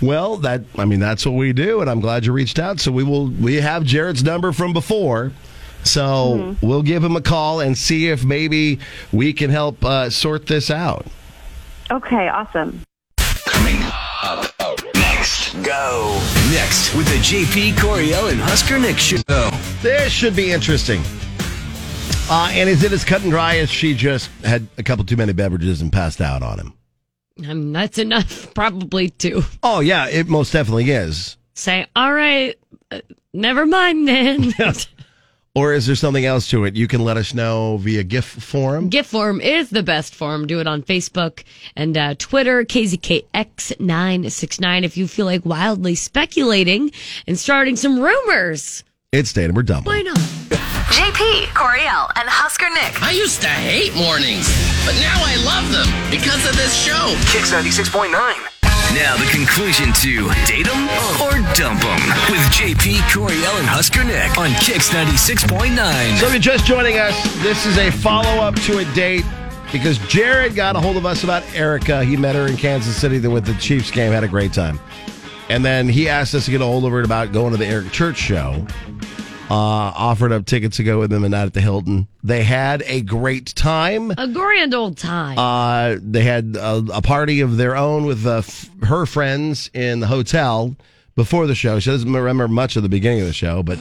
Speaker 9: Well, that I mean that's what we do, and I'm glad you reached out. So we will we have Jared's number from before. So we'll give him a call and see if maybe we can help uh, sort this out.
Speaker 18: Okay, awesome.
Speaker 2: Up, up, next. Go. Next with the JP Coriel and Husker Nick show.
Speaker 9: This should be interesting. Uh, and is it as cut and dry as she just had a couple too many beverages and passed out on him?
Speaker 1: Um, that's enough probably to
Speaker 9: Oh yeah, it most definitely is.
Speaker 1: say, all right, uh, never mind then.
Speaker 9: Or is there something else to it? You can let us know via GIF form.
Speaker 1: Gift form is the best form. Do it on Facebook and uh, Twitter, KZKX969. If you feel like wildly speculating and starting some rumors,
Speaker 9: It's Datum or Dump.
Speaker 1: why not?
Speaker 8: JP, Coriel, and Husker Nick.
Speaker 3: I used to hate mornings, but now I love them because of this show.
Speaker 2: Kicks 96.9. Now the conclusion to date 'em or dump 'em with JP Coriel and Husker Nick on Kicks 96.9.
Speaker 9: So if you're just joining us, this is a follow-up to a date because Jared got a hold of us about Erica. He met her in Kansas City that went to the Chiefs game, had a great time. And then he asked us to get a hold of her about going to the Eric Church show. Uh, offered up tickets to go with him and not at the Hilton. They had a great time.
Speaker 1: A grand old time.
Speaker 9: Uh, they had a, a party of their own with uh, f- her friends in the hotel before the show. She doesn't remember much of the beginning of the show, but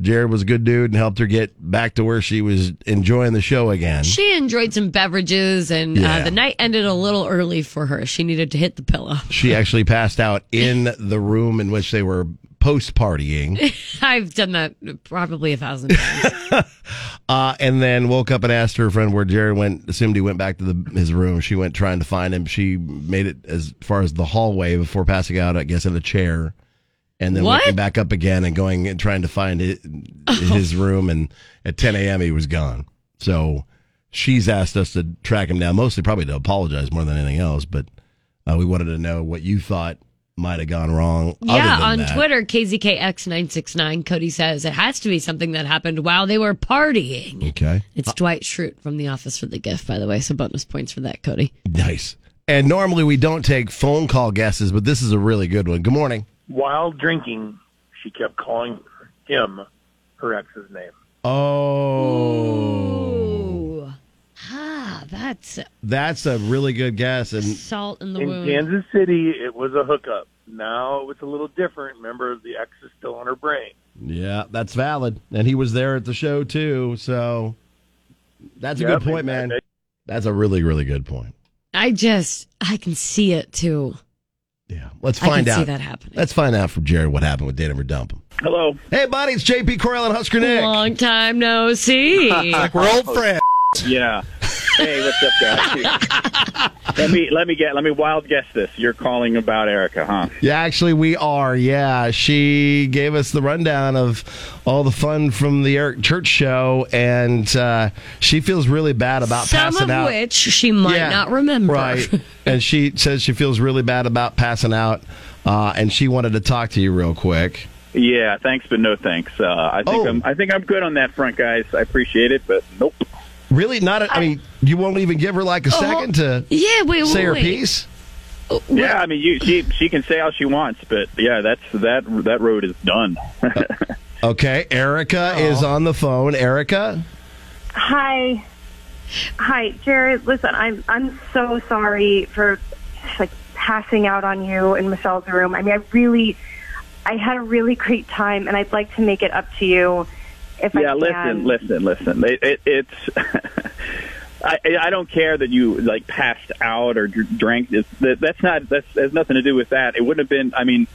Speaker 9: Jared was a good dude and helped her get back to where she was enjoying the show again.
Speaker 1: she enjoyed some beverages, and
Speaker 9: Yeah.
Speaker 1: uh, the night ended a little early for her. She needed to hit the pillow.
Speaker 9: She actually passed out in the room in which they were post partying.
Speaker 1: I've done that probably a thousand times.
Speaker 9: Uh, and then woke up and asked her friend where Jared went. Assumed he went back to the, his room. She went trying to find him. She made it as far as the hallway before passing out, I guess, in a chair. And then
Speaker 1: What? Oh.
Speaker 9: waking back up again and going and trying to find it, his room. And at 10 a.m., he was gone. So she's asked us to track him down, mostly probably to apologize more than anything else. But uh, we wanted to know what you thought might have gone wrong. other
Speaker 1: Yeah,
Speaker 9: than
Speaker 1: on
Speaker 9: that.
Speaker 1: Twitter, KZKX969, Cody says it has to be something that happened while they were partying.
Speaker 9: Okay.
Speaker 1: It's Dwight Schrute from The Office for the Gift, by the way, so bonus points for that, Cody.
Speaker 9: Nice. And normally we don't take phone call guesses, but this is a really good one. Good morning.
Speaker 19: While drinking, she kept calling him her ex's name.
Speaker 9: Oh.
Speaker 1: Ah, that's
Speaker 9: That's a really good guess. And
Speaker 1: salt in the
Speaker 19: In
Speaker 1: wound.
Speaker 19: Kansas City, it was a hookup. Now it's a little different. Remember, the ex is still on her brain.
Speaker 9: yeah, that's valid. And he was there at the show too. So that's a
Speaker 19: Yep,
Speaker 9: good point, man. That's a really, really good point.
Speaker 1: I just, I can see it too.
Speaker 9: Yeah. Let's
Speaker 1: I can
Speaker 9: find out.
Speaker 1: see that happening.
Speaker 9: Let's find out from Jared what happened with Date Him or Dump Him.
Speaker 19: Hello.
Speaker 9: Hey, buddy, it's JP Coyle and Husker Nick.
Speaker 1: Long time no see.
Speaker 20: Yeah. Hey, what's up, guys? let me let me get let me wild guess this. You're calling about Erica, huh?
Speaker 9: Yeah, actually, we are. Yeah, she gave us the rundown of all the fun from the Eric Church show, and uh, she feels really bad about
Speaker 1: Some
Speaker 9: Uh, passing
Speaker 1: of
Speaker 9: out.
Speaker 1: which she might
Speaker 9: Yeah,
Speaker 1: not remember.
Speaker 9: right? and she says she feels really bad about passing out, uh, and she wanted to talk to you real quick.
Speaker 20: Yeah. Thanks, but no thanks. Uh, I think
Speaker 10: Oh.
Speaker 20: I'm I think I'm good on that front, guys. I appreciate it, but nope.
Speaker 9: Really, not. A, I mean, you won't even give her like a
Speaker 1: Uh-huh.
Speaker 20: Oh,
Speaker 9: second to
Speaker 1: yeah, wait,
Speaker 9: say
Speaker 20: wait,
Speaker 9: her
Speaker 20: wait.
Speaker 9: piece.
Speaker 20: Yeah, I mean, you, she she can say all she wants, but yeah, that's that that road is done.
Speaker 9: Okay, Erica is on the phone. Erica,
Speaker 18: Hi. Hi, Jared. Listen, I'm I'm so sorry for like passing out on you in Michelle's room. I mean, I really I had a really great time and I'd like to make it up to you if I
Speaker 20: yeah,
Speaker 18: can.
Speaker 20: listen, listen, listen. It, it, it's I, I don't care that you like passed out or dr- drank. It's, that, that's not that's has nothing to do with that. It wouldn't have been. I mean,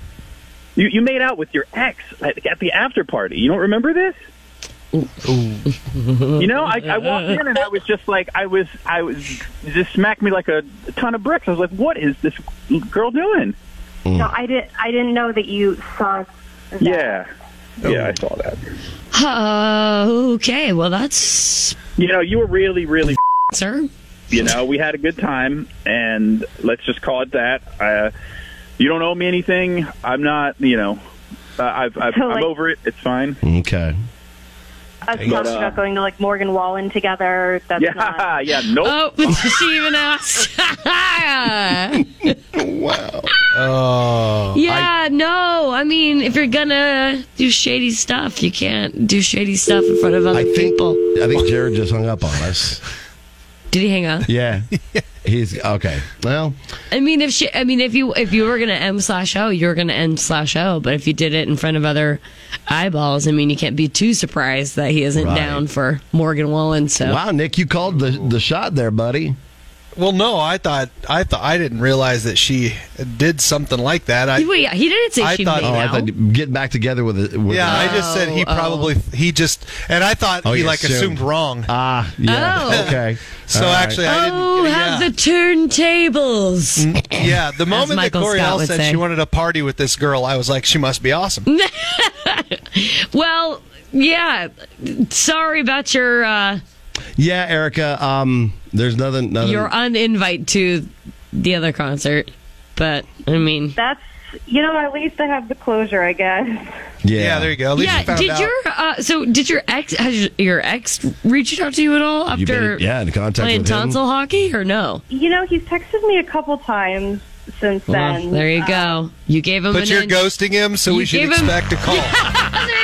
Speaker 20: you you made out with your ex at, at the after party. You don't remember this? You know, I, I walked in and I was just like, I was, I was it just smacked me like a ton of bricks. I was like, what is this girl doing?
Speaker 18: No, I didn't I didn't know that you saw
Speaker 20: Yeah, yeah, I saw that.
Speaker 1: Uh, okay, well, that's.
Speaker 20: You know, you were really, really.
Speaker 1: Sir?
Speaker 20: You know, we had a good time, and let's just call it that. Uh, you don't owe me anything. I'm not, you know, uh, I've, I've,
Speaker 18: So, like-
Speaker 20: I'm over it. It's fine.
Speaker 9: Okay.
Speaker 18: us
Speaker 20: But,
Speaker 18: talking
Speaker 20: uh,
Speaker 18: about going to like Morgan Wallen together. That's
Speaker 20: Yeah,
Speaker 18: not
Speaker 20: yeah, nope.
Speaker 1: Oh, but she even asked.
Speaker 9: wow.
Speaker 10: Oh.
Speaker 1: yeah, no. I mean, if you're gonna do shady stuff, you can't do shady stuff in front of other
Speaker 9: I think
Speaker 1: people.
Speaker 9: I think Jared just hung up on us.
Speaker 1: Did he hang up?
Speaker 9: Yeah, he's okay. Well,
Speaker 1: I mean, if she, I mean, if you if you were gonna m slash o, you were gonna m slash o. But if you did it in front of other eyeballs, I mean, you can't be too surprised that he isn't
Speaker 9: Right.
Speaker 1: down for Morgan Wallen. So
Speaker 9: Wow, Nick, you called the the shot there, buddy.
Speaker 10: Well, no, I thought I thought I didn't realize that she did something like that. I,
Speaker 1: Wait, he didn't say
Speaker 10: I
Speaker 1: she
Speaker 10: thought-
Speaker 1: made
Speaker 10: Oh, I
Speaker 1: out.
Speaker 10: thought-
Speaker 9: Get back together with it. with-
Speaker 10: yeah, I just said he
Speaker 1: Oh, oh.
Speaker 10: probably he just and I thought
Speaker 9: Oh,
Speaker 10: he
Speaker 9: you
Speaker 10: like assumed,
Speaker 9: assumed.
Speaker 10: wrong.
Speaker 9: Ah, yeah.
Speaker 1: Oh.
Speaker 9: Okay.
Speaker 10: So
Speaker 9: All right.
Speaker 10: actually, I didn't.
Speaker 1: Oh, have the
Speaker 10: Mm.
Speaker 1: turntables.
Speaker 10: Yeah, the
Speaker 1: As
Speaker 10: moment that
Speaker 1: Michael Scott
Speaker 10: Coriel
Speaker 1: would
Speaker 10: said
Speaker 1: say.
Speaker 10: she wanted to party with this girl, I was like, she must be awesome.
Speaker 1: Well, yeah. Sorry about your uh,
Speaker 9: yeah, Erica. Um, there's nothing. nothing
Speaker 1: your uninvite to the other concert, but I mean,
Speaker 18: that's you know at least I have the closure, I guess.
Speaker 9: yeah.
Speaker 10: there you go. At least you
Speaker 1: yeah.
Speaker 10: found
Speaker 1: Did
Speaker 10: out.
Speaker 1: your uh, so did your ex has your- your ex reached out to you at all
Speaker 9: You've been-
Speaker 1: after
Speaker 9: yeah, in contact
Speaker 1: playing
Speaker 9: with him?
Speaker 1: tonsil hockey or no?
Speaker 18: You know, he's texted me a couple times since
Speaker 1: Well,
Speaker 18: then.
Speaker 1: there you go. You gave him.
Speaker 10: But
Speaker 1: an
Speaker 10: you're
Speaker 1: inch.
Speaker 10: ghosting him, so we
Speaker 1: You
Speaker 10: should
Speaker 1: gave him-
Speaker 10: expect a call.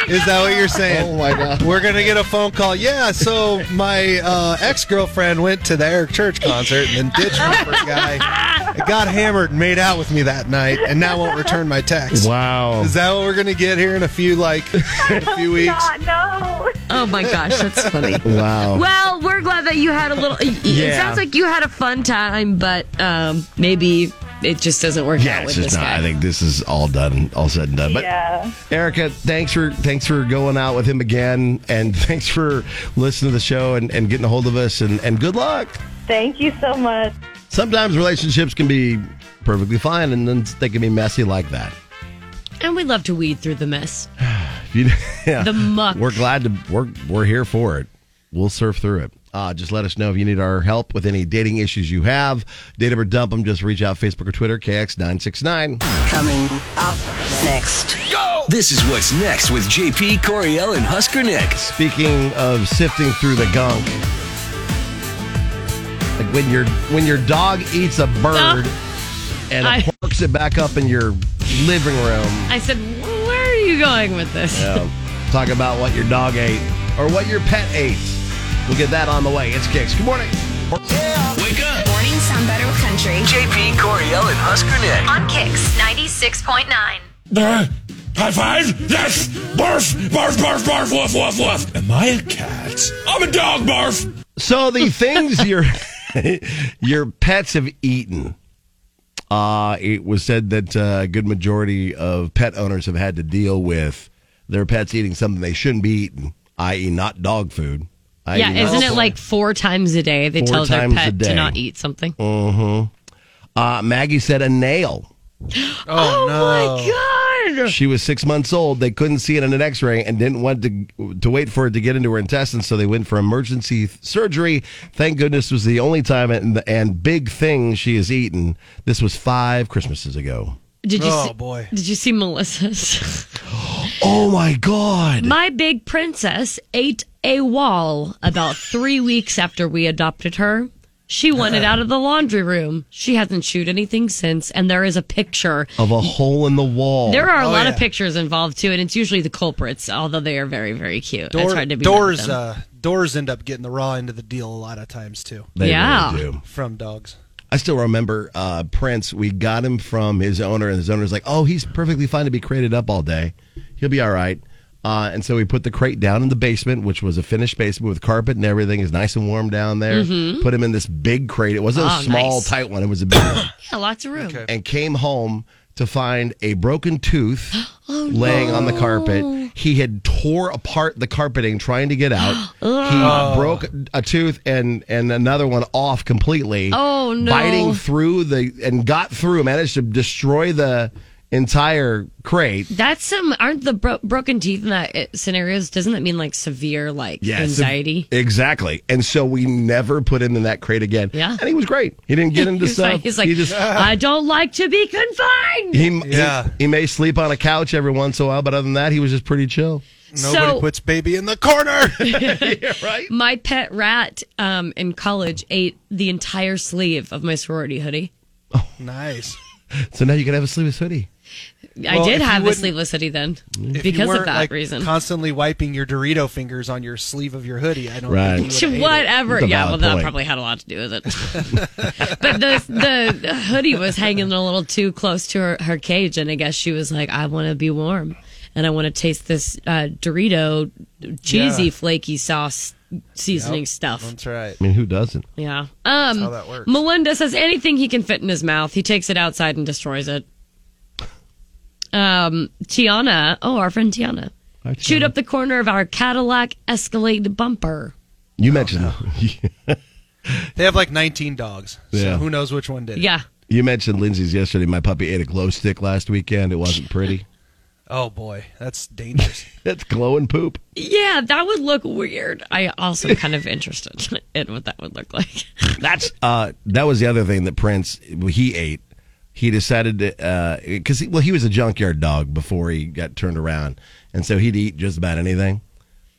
Speaker 10: Is that what you're saying?
Speaker 9: Oh my god.
Speaker 10: We're gonna get a phone call. Yeah, so my uh, ex girlfriend went to the Eric Church concert and then ditched me for a guy. that Got hammered and made out with me that night, and now won't return my text.
Speaker 9: Wow.
Speaker 10: Is that what we're gonna get here in a few like in a few weeks?
Speaker 18: no.
Speaker 1: Oh my gosh, that's funny.
Speaker 9: Wow.
Speaker 1: Well, we're glad that you had a little. It
Speaker 9: Yeah.
Speaker 1: sounds like you had a fun time, but um, maybe it just doesn't work
Speaker 9: Yeah,
Speaker 1: out
Speaker 9: it's
Speaker 1: with
Speaker 9: just
Speaker 1: this
Speaker 9: not.
Speaker 1: guy.
Speaker 9: I think this is all done, all said and done. But
Speaker 18: yeah.
Speaker 9: Erica, thanks for thanks for going out with him again, and thanks for listening to the show and, and getting a hold of us, and, and good luck.
Speaker 18: Thank you so much.
Speaker 9: Sometimes relationships can be perfectly fine, and then they can be messy like that.
Speaker 1: And we love to weed through the mess.
Speaker 9: If you- yeah.
Speaker 1: The muck.
Speaker 9: We're glad to we're we're here for it. We'll surf through it. Uh, just let us know if you need our help with any dating issues you have. Date 'em or dump them. Just reach out Facebook or Twitter. KX969.
Speaker 2: Coming up next. Go! This is what's next with JP Coriel and Husker Nick.
Speaker 9: Speaking of sifting through the gunk, like when your when your dog eats a bird and
Speaker 1: I-
Speaker 9: it parks it back up in your living room.
Speaker 1: I said, where are you going with this?
Speaker 9: Yeah. Talk about what your dog ate or what your pet ate. We'll get that on the way. It's Kicks. Good morning.
Speaker 2: Wake up.
Speaker 8: Mornings on Better with Country.
Speaker 2: JP Coriel and Husker Nick.
Speaker 8: On Kicks 96.9.
Speaker 21: Uh, high five? Yes! Barf! Barf, barf, barf, woof, woof, woof! Am I a cat? I'm a dog, barf!
Speaker 9: So the things your your pets have eaten. Uh, it was said that uh, a good majority of pet owners have had to deal with their pets eating something they shouldn't be eating, i.e., not dog food. i.e.
Speaker 1: yeah,
Speaker 9: not-
Speaker 1: isn't it like four times a day they
Speaker 9: Four
Speaker 1: tell their
Speaker 9: times a
Speaker 1: pet
Speaker 9: day.
Speaker 1: to not eat something?
Speaker 9: Mhm. Uh, Maggie said a nail.
Speaker 1: Oh, my God.
Speaker 9: She was six months old. They couldn't see it in an X-ray and didn't want to to wait for it to get into her intestines, so they went for emergency th- surgery. Thank goodness was the only time and, and big thing she has eaten. This was five Christmases ago.
Speaker 1: Did you
Speaker 9: Oh,
Speaker 1: see, boy. Did you see Melissa's?
Speaker 9: Oh my God!
Speaker 1: My big princess ate a wall about three weeks after we adopted her. She wanted out of the laundry room. She hasn't chewed anything since, and there is a picture.
Speaker 9: Of a hole in the wall.
Speaker 1: There
Speaker 10: Oh,
Speaker 1: are a lot of pictures involved too, and it's usually the culprits, although they are very, very cute.
Speaker 10: Door-
Speaker 1: it's hard to be mad at
Speaker 10: doors,
Speaker 1: them.
Speaker 10: uh, doors end up getting the raw end of the deal a lot of times too.
Speaker 9: They really Yeah. do.
Speaker 10: from dogs.
Speaker 9: I still remember uh, Prince. We got him from his owner, and his owner's like, "Oh, he's perfectly fine to be crated up all day. He'll be all right." Uh, and so we put the crate down in the basement, which was a finished basement with carpet and everything. is nice and warm down there.
Speaker 1: Mhm.
Speaker 9: Put him in this big crate. It wasn't
Speaker 1: Oh,
Speaker 9: a small,
Speaker 1: nice.
Speaker 9: tight one. It was a big one.
Speaker 1: yeah, lots of room.
Speaker 9: And came home to find a broken tooth
Speaker 1: Oh,
Speaker 9: laying on the carpet. He had tore apart the carpeting trying to get out. he
Speaker 1: Ugh.
Speaker 9: broke a tooth and and another one off completely.
Speaker 1: Oh, no.
Speaker 9: Biting through the and got through. Managed to destroy the entire crate.
Speaker 1: That's some aren't the bro- broken teeth in that uh, scenarios? Doesn't that mean like severe like
Speaker 9: Yeah, it's a-
Speaker 1: anxiety?
Speaker 9: exactly. And so we never put him in that crate again. Yeah. And he was great. He didn't get into
Speaker 1: he's
Speaker 9: stuff.
Speaker 1: Like, he's like,
Speaker 9: he just
Speaker 1: I don't like to be confined.
Speaker 9: he, he, he may sleep on a couch every once in a while, but other than that, he was just pretty chill.
Speaker 1: Nobody So-
Speaker 10: puts baby in the corner.
Speaker 1: right. My pet rat um, in college ate the entire sleeve of my sorority hoodie.
Speaker 10: Nice.
Speaker 9: So now you can have a sleeveless hoodie.
Speaker 1: I
Speaker 10: Well, if
Speaker 1: did
Speaker 10: you
Speaker 1: have a
Speaker 10: wouldn't-
Speaker 1: sleeveless hoodie then
Speaker 10: If you
Speaker 1: because
Speaker 10: weren't,
Speaker 1: of that
Speaker 10: like,
Speaker 1: reason.
Speaker 10: Constantly wiping your Dorito fingers on your sleeve of your hoodie. I don't.
Speaker 9: Right.
Speaker 10: Think you would've ate it.
Speaker 1: Whatever. Yeah, well, that probably had a lot to do with it. but the the hoodie was hanging a little too close to her, her cage, and I guess she was like, "I want to be warm, and I want to taste this uh, Dorito cheesy
Speaker 9: Yeah.
Speaker 1: flaky sauce seasoning
Speaker 10: Yep,
Speaker 1: stuff."
Speaker 10: That's right.
Speaker 9: I mean, who doesn't?
Speaker 1: Yeah. Um,
Speaker 10: how that works.
Speaker 1: Melinda says anything he can fit in his mouth, he takes it outside and destroys it. Um, Tiana, oh, our friend Tiana, chewed up the corner of our Cadillac Escalade bumper. Oh,
Speaker 9: You mentioned
Speaker 10: They have like 19 dogs. So
Speaker 9: Yeah.
Speaker 10: who knows which one did? it.
Speaker 1: Yeah.
Speaker 9: you mentioned Lindsay's yesterday. My puppy ate a glow stick last weekend. It wasn't pretty.
Speaker 10: Oh boy, that's dangerous.
Speaker 9: That's glowing poop.
Speaker 1: Yeah, that would look weird. I also kind of interested in what that would look like.
Speaker 9: That's uh, that was the other thing that Prince he ate. He decided to because well he was a junkyard dog before he got turned around, and so he'd eat just about anything.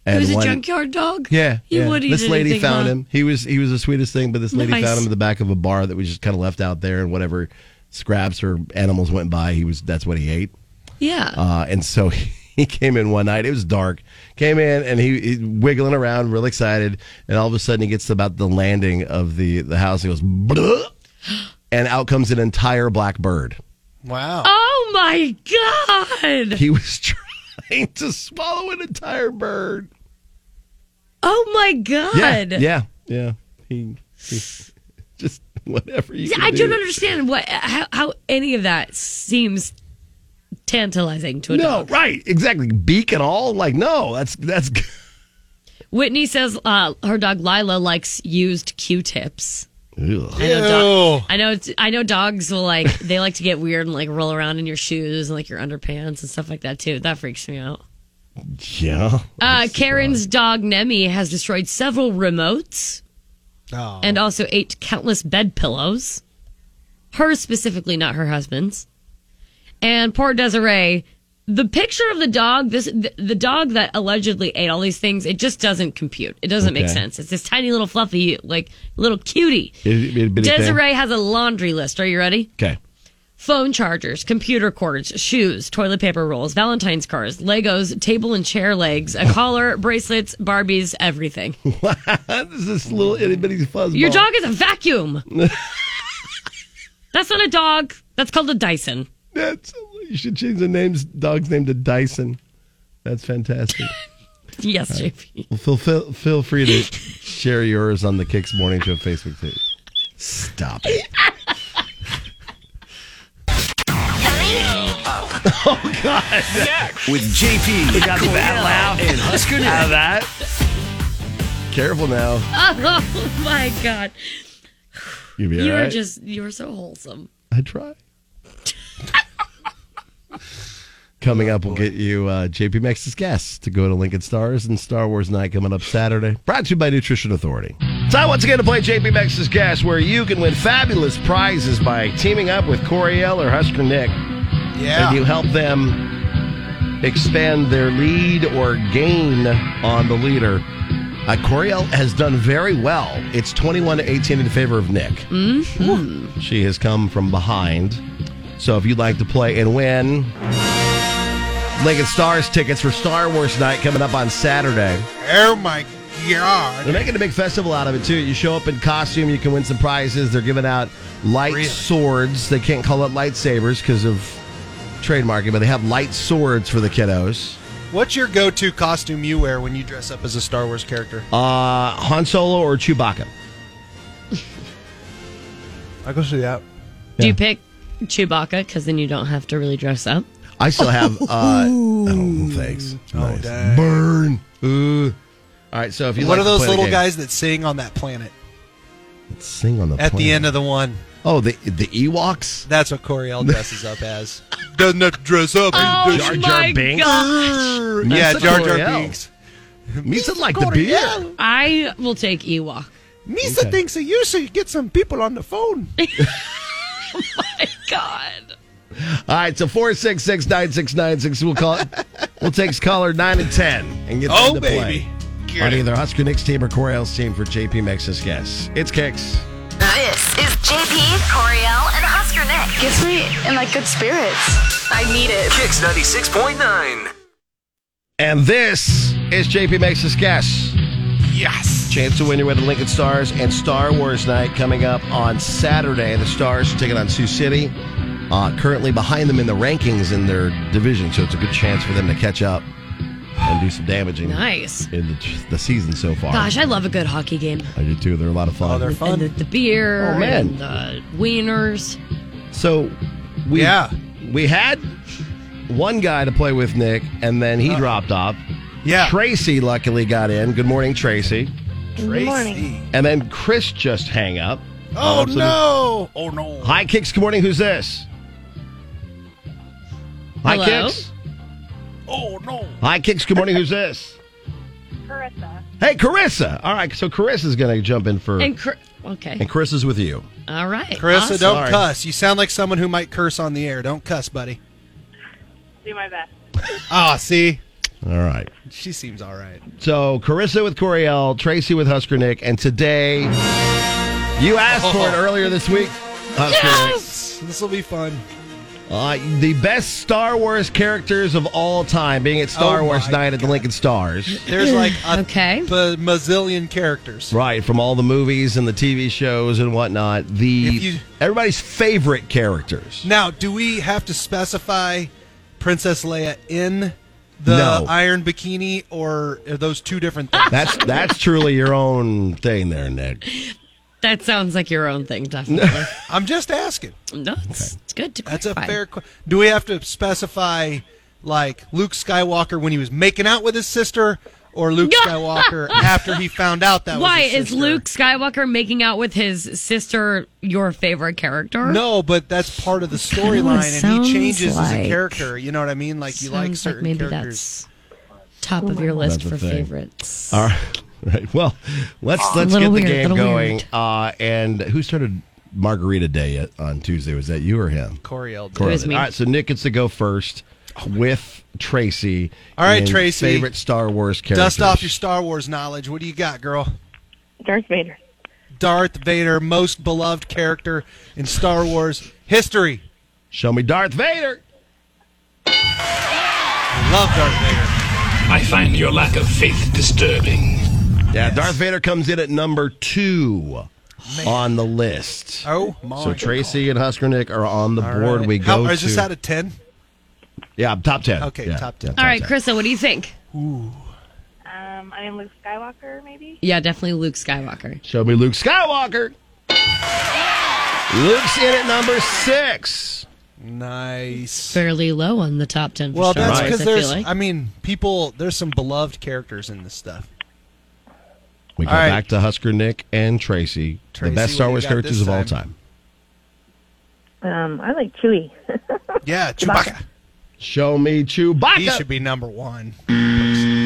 Speaker 1: He was a
Speaker 9: one-
Speaker 1: junkyard dog.
Speaker 9: Yeah,
Speaker 1: he
Speaker 9: yeah.
Speaker 1: would eat
Speaker 9: This lady
Speaker 1: anything,
Speaker 9: found
Speaker 1: huh?
Speaker 9: him. He was he was the sweetest thing, but this lady
Speaker 1: Nice.
Speaker 9: found him in the back of a bar that was just kind of left out there, and whatever scraps or animals went by, he was that's what he ate.
Speaker 1: Yeah.
Speaker 9: Uh, and so he came in one night. It was dark. Came in and he, he wiggling around, real excited. And all of a sudden, he gets to about the landing of the the house. He goes, "Bleh," and out comes an entire black bird.
Speaker 10: Wow.
Speaker 1: Oh my god.
Speaker 9: He was trying to swallow an entire bird.
Speaker 1: Oh my god.
Speaker 9: Yeah, yeah, yeah. He, he just whatever you. can
Speaker 1: I don't
Speaker 9: do.
Speaker 1: understand what how, how any of that seems tantalizing to a
Speaker 9: No,
Speaker 1: dog.
Speaker 9: right, exactly. Beak at all? Like, no, that's that's.
Speaker 1: Whitney says uh, her dog Lila likes used Q-tips. I know,
Speaker 9: Ew.
Speaker 10: Oh,
Speaker 1: dog, I know. it's- I know dogs will like. They like to get weird and like roll around in your shoes and like your underpants and stuff like that too. That freaks me out.
Speaker 9: Yeah.
Speaker 1: Uh, Karen's dog Nemi has destroyed several remotes
Speaker 10: Oh.
Speaker 1: and also ate countless bed pillows. Hers specifically, not her husband's. And poor Desiree. The picture of the dog, this the, the dog that allegedly ate all these things, it just doesn't compute. It doesn't make
Speaker 9: Okay.
Speaker 1: sense. It's this tiny little fluffy, like little cutie.
Speaker 9: Itty- itty bitty thing.
Speaker 1: Desiree has a laundry list. Are you ready?
Speaker 9: Okay.
Speaker 1: Phone chargers, computer cords, shoes, toilet paper rolls, Valentine's cards, Legos, table and chair legs, a collar, bracelets, Barbies, everything.
Speaker 9: this is little itty bitty fuzz.
Speaker 1: Your dog is a vacuum. That's not a dog. That's called a Dyson.
Speaker 9: That's you should change the name's dog's name to Dyson. That's fantastic.
Speaker 1: Yes,
Speaker 9: All right.
Speaker 1: JP.
Speaker 9: Well, feel, feel, feel free to share yours on the Kicks Morning Show Facebook page. Stop it.
Speaker 2: Oh, God. Next. With JP,
Speaker 9: We got the bat laugh.
Speaker 2: and Husker Nick.
Speaker 9: Have that. Careful now.
Speaker 1: Oh my god.
Speaker 9: You'll be all
Speaker 1: you were
Speaker 9: right.
Speaker 1: just you were so wholesome.
Speaker 9: I try. Coming up, we'll get you uh, JP Max's guest to go to Lincoln Stars and Star Wars Night coming up Saturday. Brought to you by Nutrition Authority. Time once again to play JP Max's Guest, where you can win fabulous prizes by teaming up with Coriel or Husker Nick.
Speaker 10: Yeah.
Speaker 9: And you help them expand their lead or gain on the leader. Uh, Coriel has done very well. It's 21 to 18 in favor of Nick.
Speaker 1: hmm
Speaker 9: She has come from behind. So if you'd like to play and win Lincoln Stars tickets for Star Wars night coming up on Saturday.
Speaker 10: Oh my god.
Speaker 9: They're making a big festival out of it too. You show up in costume, you can win some prizes. They're giving out light swords. They can't call it lightsabers because of trademarking, but they have light swords for the kiddos.
Speaker 10: What's your go-to costume you wear when you dress up as a Star Wars character?
Speaker 9: Uh Han Solo or Chewbacca?
Speaker 10: I go see that.
Speaker 1: Do you pick Chewbacca because then you don't have to really dress up?
Speaker 9: I still have. Uh, oh, thanks. Nice. Burn. Ooh. All right. So if you
Speaker 10: What
Speaker 9: like
Speaker 10: are
Speaker 9: to
Speaker 10: those
Speaker 9: play the
Speaker 10: little
Speaker 9: game-
Speaker 10: guys that sing on that planet
Speaker 9: sing on the
Speaker 10: at the
Speaker 9: planet.
Speaker 10: end of the one?
Speaker 9: Oh, the the Ewoks.
Speaker 10: That's what Coriel dresses up as. Doesn't have to dress up.
Speaker 9: Oh Jar Jar my Binks?
Speaker 1: gosh.
Speaker 10: Yeah,
Speaker 9: That's
Speaker 10: Jar Jar
Speaker 9: Coriel.
Speaker 10: Binks.
Speaker 9: Misa like the beer.
Speaker 1: I will take Ewok.
Speaker 10: Misa
Speaker 9: Okay.
Speaker 10: thinks of you so you get some people on the phone.
Speaker 1: God.
Speaker 9: All right, so four six six nine six nine six. We'll call. we'll take caller nine and ten and get
Speaker 10: Oh,
Speaker 9: them to
Speaker 10: baby.
Speaker 9: play
Speaker 10: Get
Speaker 9: on
Speaker 10: it.
Speaker 9: either Husker Nick's team or Coriel's team for JP Max's guess. It's kicks.
Speaker 8: This is JP, Coriel, and Husker Nick. Gets me in like good spirits. I need it.
Speaker 2: Kicks 96.9.
Speaker 9: And this is JP Max's guess. Yes. Chance to win your way to Lincoln Stars and Star Wars night coming up on Saturday. The Stars are taking on Sioux City. Uh, currently behind them in the rankings in their division, so it's a good chance for them to catch up and do some damaging
Speaker 1: Nice.
Speaker 9: in the, the season so far.
Speaker 1: Gosh, I love a good hockey game.
Speaker 9: I do too. They're a lot of fun.
Speaker 1: And the, the beer
Speaker 9: Oh, man.
Speaker 1: and the wieners.
Speaker 9: So we yeah. we had one guy to play with Nick, and then
Speaker 17: Uh,
Speaker 9: he dropped off. Yeah. Tracy luckily got in. Good morning, Tracy.
Speaker 17: Good morning.
Speaker 9: And then Chris just hang up.
Speaker 17: Oh,
Speaker 9: Um, so-
Speaker 17: no. Oh, no.
Speaker 9: Hi Kicks, good morning. Who's this? Hi
Speaker 17: Hello?
Speaker 9: Kicks.
Speaker 17: Oh, no.
Speaker 9: Hi Kicks, good morning. Who's this?
Speaker 18: Carissa.
Speaker 9: Hey Carissa. All right, so Carissa's gonna jump in for
Speaker 1: And cr- okay.
Speaker 9: and Chris is with you.
Speaker 1: All right.
Speaker 10: Carissa,
Speaker 1: Awesome.
Speaker 10: don't cuss. You sound like someone who might curse on the air. Don't cuss, buddy.
Speaker 18: Do my best.
Speaker 10: Ah, see?
Speaker 9: All right.
Speaker 10: She seems all right.
Speaker 9: So Carissa with Coriel, Tracy with Husker Nick, and today you asked for it
Speaker 10: Oh.
Speaker 9: earlier this week. Husker Nick.
Speaker 10: This will be fun.
Speaker 9: Uh, the best Star Wars characters of all time being at Star
Speaker 10: Oh
Speaker 9: Wars
Speaker 10: my
Speaker 9: Night at the Lincoln Stars.
Speaker 10: There's like a okay. bazillion characters.
Speaker 9: Right, from all the movies and the TV shows and whatnot. The everybody's favorite characters.
Speaker 10: Now, do we have to specify Princess Leia in the
Speaker 9: No.
Speaker 10: iron bikini, or are those two different things?
Speaker 9: That's that's truly your own thing there, Nick.
Speaker 1: That sounds like your own thing, definitely.
Speaker 10: I'm just asking.
Speaker 1: No, it's, it's good to
Speaker 10: That's
Speaker 1: clarify.
Speaker 10: a fair question. Do we have to specify, like, Luke Skywalker when he was making out with his sister, or Luke Skywalker after he found out that
Speaker 1: Why
Speaker 10: was his
Speaker 1: is
Speaker 10: sister?
Speaker 1: Luke Skywalker making out with his sister your favorite character?
Speaker 10: No, but that's part of the storyline, and
Speaker 1: sounds
Speaker 10: he changes as
Speaker 1: like-
Speaker 10: a character. You know what I mean? Like, you like
Speaker 1: Sounds like
Speaker 10: certain
Speaker 1: maybe
Speaker 10: characters.
Speaker 1: Top of your list
Speaker 9: That's
Speaker 1: for
Speaker 9: the thing.
Speaker 1: favorites.
Speaker 9: All right. Right. Well, let's
Speaker 1: Oh,
Speaker 9: let's get
Speaker 1: little
Speaker 9: the
Speaker 1: weird,
Speaker 9: game
Speaker 1: little
Speaker 9: going.
Speaker 1: weird.
Speaker 9: Uh, and who started Margarita Day yet on Tuesday? Was that you or him?
Speaker 10: Coriel did.
Speaker 9: Coriel
Speaker 10: It was
Speaker 9: did.
Speaker 10: me.
Speaker 9: All right. So Nick gets to go first with Tracy.
Speaker 10: All right,
Speaker 9: and
Speaker 10: Tracy.
Speaker 9: Favorite Star Wars character.
Speaker 10: Dust off your Star Wars knowledge. What do you got, girl?
Speaker 4: Darth Vader.
Speaker 10: Darth Vader, most beloved character in Star Wars history.
Speaker 9: Show me Darth Vader.
Speaker 10: I love Darth Vader.
Speaker 21: I find your lack of faith disturbing.
Speaker 9: Yeah, Darth Vader comes in at number two on the list.
Speaker 10: Oh, my.
Speaker 9: So Tracy and Husker Nick are on the
Speaker 10: All
Speaker 9: board.
Speaker 10: right.
Speaker 9: We
Speaker 10: How-
Speaker 9: go
Speaker 10: Is this
Speaker 9: to-
Speaker 10: out of 10?
Speaker 9: yeah, top ten.
Speaker 10: Okay,
Speaker 9: Yeah,
Speaker 10: top 10.
Speaker 9: yeah,
Speaker 1: All right,
Speaker 9: 10.
Speaker 1: Krista, what do you think?
Speaker 4: Um, I mean Luke Skywalker, maybe.
Speaker 1: Yeah, definitely Luke Skywalker.
Speaker 9: Show me Luke Skywalker. Luke's in at number six.
Speaker 10: Nice.
Speaker 1: Fairly low on the top ten. For
Speaker 10: Well,
Speaker 1: Star
Speaker 10: that's
Speaker 1: Wars,
Speaker 10: because
Speaker 1: I
Speaker 10: there's,
Speaker 1: feel like.
Speaker 10: I mean, people, there's some beloved characters in this stuff.
Speaker 9: We go
Speaker 10: All right.
Speaker 9: back to Husker Nick and Tracy,
Speaker 10: Tracy,
Speaker 9: the best Star
Speaker 10: what do you
Speaker 9: Wars
Speaker 10: got
Speaker 9: characters
Speaker 10: this
Speaker 9: of all
Speaker 10: time?
Speaker 9: time.
Speaker 4: Um, I like Chewie.
Speaker 10: Yeah, Chewbacca.
Speaker 9: Show me
Speaker 10: He
Speaker 9: Chewbacca.
Speaker 10: should be number one.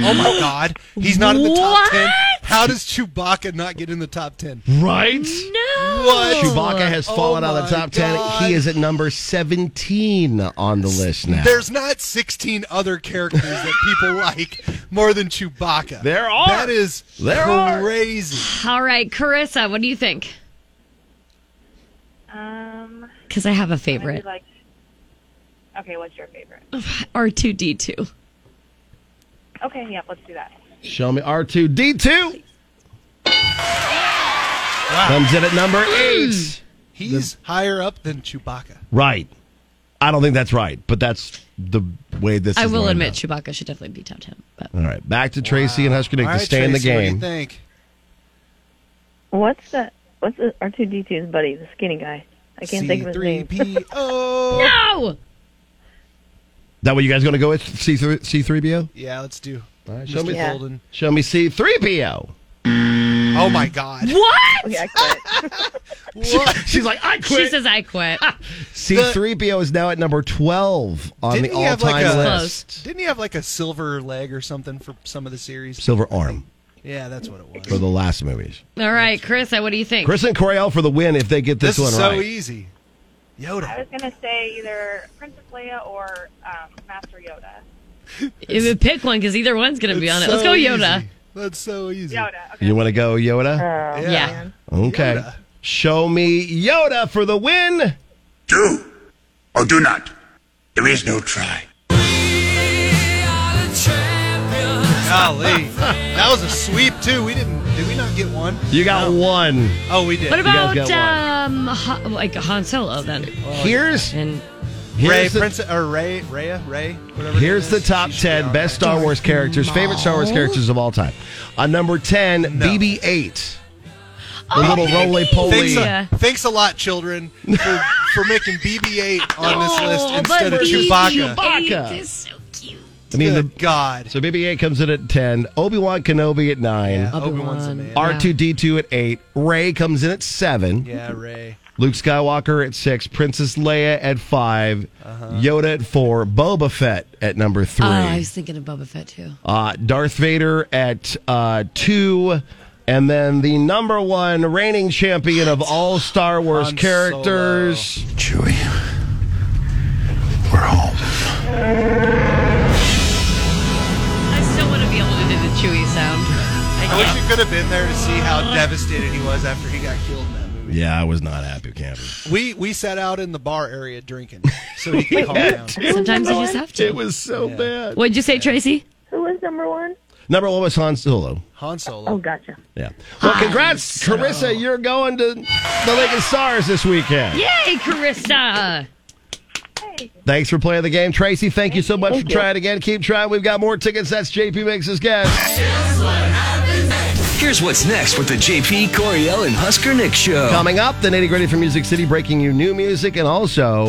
Speaker 10: Oh my God, he's not in the top ten. How does Chewbacca not get in the top ten?
Speaker 9: right?
Speaker 1: No.
Speaker 10: What?
Speaker 9: Chewbacca has
Speaker 10: Oh
Speaker 9: fallen out of the
Speaker 10: my
Speaker 9: top ten.
Speaker 10: God.
Speaker 9: He is at number seventeen on the list now.
Speaker 10: There's not 16 other characters that people like more than Chewbacca.
Speaker 9: There are.
Speaker 10: That is
Speaker 9: There are.
Speaker 10: crazy.
Speaker 1: All right, Carissa, what do you think?
Speaker 4: um,
Speaker 1: Because I have a
Speaker 4: I
Speaker 1: favorite.
Speaker 4: do like. Okay, what's your favorite?
Speaker 1: R two D two.
Speaker 4: Okay, yeah, let's do that.
Speaker 9: Show me R two D two. Comes in at number eight.
Speaker 10: He's higher up than Chewbacca.
Speaker 9: Right. I don't think that's right, but that's the way this.
Speaker 1: I
Speaker 9: is
Speaker 1: will
Speaker 9: lined
Speaker 1: admit, Chewbacca should definitely be top ten. But
Speaker 9: All right, back to Tracy and Husker Nick
Speaker 10: All
Speaker 9: to
Speaker 10: right,
Speaker 9: stay in the
Speaker 10: Tracy, What do you
Speaker 9: game.
Speaker 10: think?
Speaker 4: What's the what's the R two D 2s buddy, the skinny guy? I can't think of his name.
Speaker 10: C3PO.
Speaker 1: no.
Speaker 9: That what you guys going to go with C three C three PO?
Speaker 10: Yeah, let's do.
Speaker 9: All right, show
Speaker 10: Mr.
Speaker 9: me
Speaker 10: Golden.
Speaker 9: show me C three PO.
Speaker 10: Oh
Speaker 9: Hmm.
Speaker 10: my God.
Speaker 1: What?
Speaker 4: Okay, I quit.
Speaker 10: What?
Speaker 9: She's like, I
Speaker 1: She
Speaker 9: quit.
Speaker 1: says I quit.
Speaker 10: Ah,
Speaker 9: C three PO is now at number twelve on
Speaker 10: Didn't
Speaker 9: the
Speaker 10: he
Speaker 9: all
Speaker 10: have
Speaker 9: time
Speaker 10: like a
Speaker 9: list.
Speaker 10: Didn't he have like a silver leg or something for some of the series?
Speaker 9: Silver arm
Speaker 10: Yeah, that's what it was.
Speaker 9: for the last movies.
Speaker 1: All right, Carissa, what do you think?
Speaker 9: Chris and Coriel for the win if they get this,
Speaker 10: This,
Speaker 9: one
Speaker 10: is so
Speaker 9: right.
Speaker 10: easy.
Speaker 4: I
Speaker 10: Yoda.
Speaker 4: was gonna say either Princess Leia or um, Master Yoda.
Speaker 1: If you pick one, because either one's going to be
Speaker 10: It's
Speaker 1: on it. Let's
Speaker 10: so
Speaker 1: go, Yoda.
Speaker 10: easy. That's so easy.
Speaker 4: Yoda. Okay.
Speaker 9: You want to go Yoda?
Speaker 1: Yeah.
Speaker 9: okay.
Speaker 10: Yoda.
Speaker 9: Show me Yoda for the win.
Speaker 17: Do or do not. There is no try.
Speaker 10: Golly, that was a sweep too. We didn't. Did we not get one?
Speaker 9: You got one.
Speaker 10: Oh, we did.
Speaker 1: What about
Speaker 9: guys got
Speaker 1: um, Han, like Han Solo then?
Speaker 9: Here's
Speaker 1: And
Speaker 10: Ray,
Speaker 9: here's the-
Speaker 10: Prince, or Ray, Raya, Ray, whatever. her
Speaker 9: Here's
Speaker 10: name
Speaker 9: the
Speaker 10: is.
Speaker 9: top
Speaker 10: She should be
Speaker 9: 10
Speaker 10: on
Speaker 9: best
Speaker 10: there.
Speaker 9: Star Wars characters, favorite Star Wars characters of all time. On number 10, BB 8. The little roly poly.
Speaker 10: Thanks
Speaker 1: Yeah.
Speaker 10: a, thanks a lot, children, for, for making BB-8 on this list
Speaker 1: Oh,
Speaker 10: instead
Speaker 1: but
Speaker 10: of
Speaker 1: BB-8
Speaker 10: Chewbacca.
Speaker 9: Chewbacca.
Speaker 1: is so cute.
Speaker 9: I mean, the,
Speaker 10: Good God.
Speaker 9: so BB 8 comes in at 10, Obi Wan Kenobi at 9,
Speaker 10: Obi-Wan's the man.
Speaker 9: R2 D2 at 8, Ray comes in at 7,
Speaker 10: Yeah, Ray.
Speaker 9: Luke Skywalker at 6, Princess Leia at 5,
Speaker 10: Uh-huh.
Speaker 9: Yoda at 4, Boba Fett at number 3.
Speaker 1: Oh, I was thinking of Boba Fett too.
Speaker 9: uh, Darth Vader at uh, two, and then the number one reigning champion of all Star Wars
Speaker 10: Han
Speaker 9: characters.
Speaker 21: Chewie, we're home.
Speaker 1: I still want to be able to do the Chewie sound.
Speaker 10: I wish you could have been there to see how devastated he was after he got killed in that movie.
Speaker 9: Yeah, I was not happy camping.
Speaker 10: We we sat out in the bar area drinking so he could calm down.
Speaker 1: Sometimes I just have to.
Speaker 9: It was so bad.
Speaker 1: What'd you say, Tracy?
Speaker 4: Who was number one?
Speaker 9: Number one was Han Solo.
Speaker 10: Han Solo.
Speaker 4: Oh, gotcha.
Speaker 9: Yeah. Well, congrats, Carissa. You're going to the Lake of Stars this weekend.
Speaker 1: Yay, Carissa!
Speaker 9: Thanks for playing the game, Tracy. Thank you so much for
Speaker 4: you.
Speaker 9: trying again. Keep trying. We've got more tickets. That's JP Mix's guest.
Speaker 2: Here's what's next with the JP Coriel and Husker Nick show.
Speaker 9: Coming up, the nitty gritty from Music City, breaking you new music and also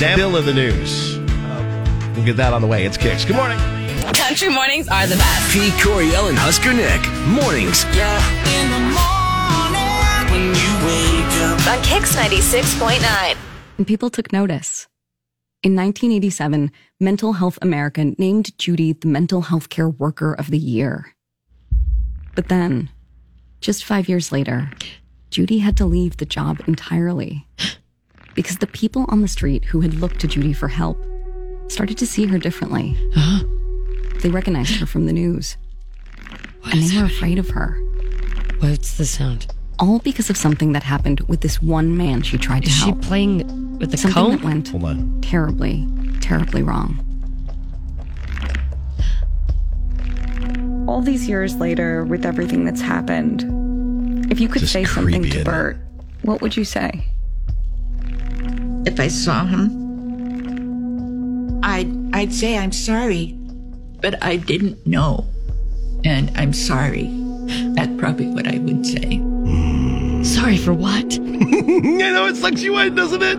Speaker 9: Bill of the News. We'll get that on the way. It's Kicks. Good morning.
Speaker 2: Country mornings are the best. P. Coriel and Husker Nick. Mornings. Yeah.
Speaker 8: In the morning when you wake up. On Kix 96.9.
Speaker 5: and people took notice. In 1987, Mental Health America named Judy the Mental Health Care Worker of the Year. But then, just five years later, Judy had to leave the job entirely because the people on the street who had looked to Judy for help started to see her differently.
Speaker 1: Uh-huh.
Speaker 5: They recognized her from the news, and they were afraid of her.
Speaker 1: What's the sound?
Speaker 5: All because of something that happened with this one man she tried to
Speaker 1: Is she
Speaker 5: help.
Speaker 1: playing with the
Speaker 5: something
Speaker 1: comb?
Speaker 5: that went terribly, terribly wrong.
Speaker 22: all these years later with everything that's happened, if you could say something
Speaker 23: creepy, isn't
Speaker 22: to
Speaker 23: it?
Speaker 22: Bert, what would you say?
Speaker 23: If I saw him, I'd I'd say I'm sorry, but I didn't know, and I'm sorry. That's probably what I would say.
Speaker 1: Sorry for what?
Speaker 9: I know it sucks you in, doesn't it?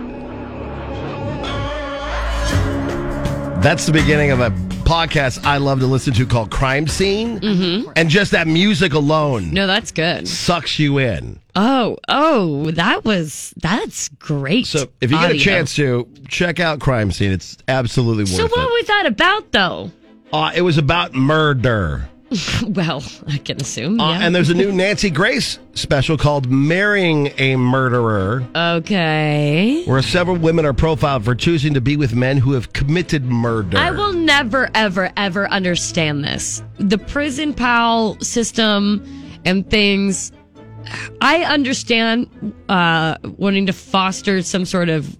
Speaker 9: That's the beginning of a podcast I love to listen to called Crime Scene. Mm-hmm. And just that music alone
Speaker 1: No, that's good.
Speaker 9: sucks you in.
Speaker 1: Oh, oh, that was that's great. So
Speaker 9: If you get a chance to, check out Crime Scene. It's absolutely worth
Speaker 1: so what
Speaker 9: it.
Speaker 1: was that about though?
Speaker 9: Uh, it was about murder.
Speaker 1: well, I can assume.
Speaker 9: Uh,
Speaker 1: yeah.
Speaker 9: And there's a new Nancy Grace special called Marrying a Murderer.
Speaker 1: Okay.
Speaker 9: Where several women are profiled for choosing to be with men who have committed murder.
Speaker 1: I will never, ever, ever understand this. The prison pal system and things. I understand uh, wanting to foster some sort of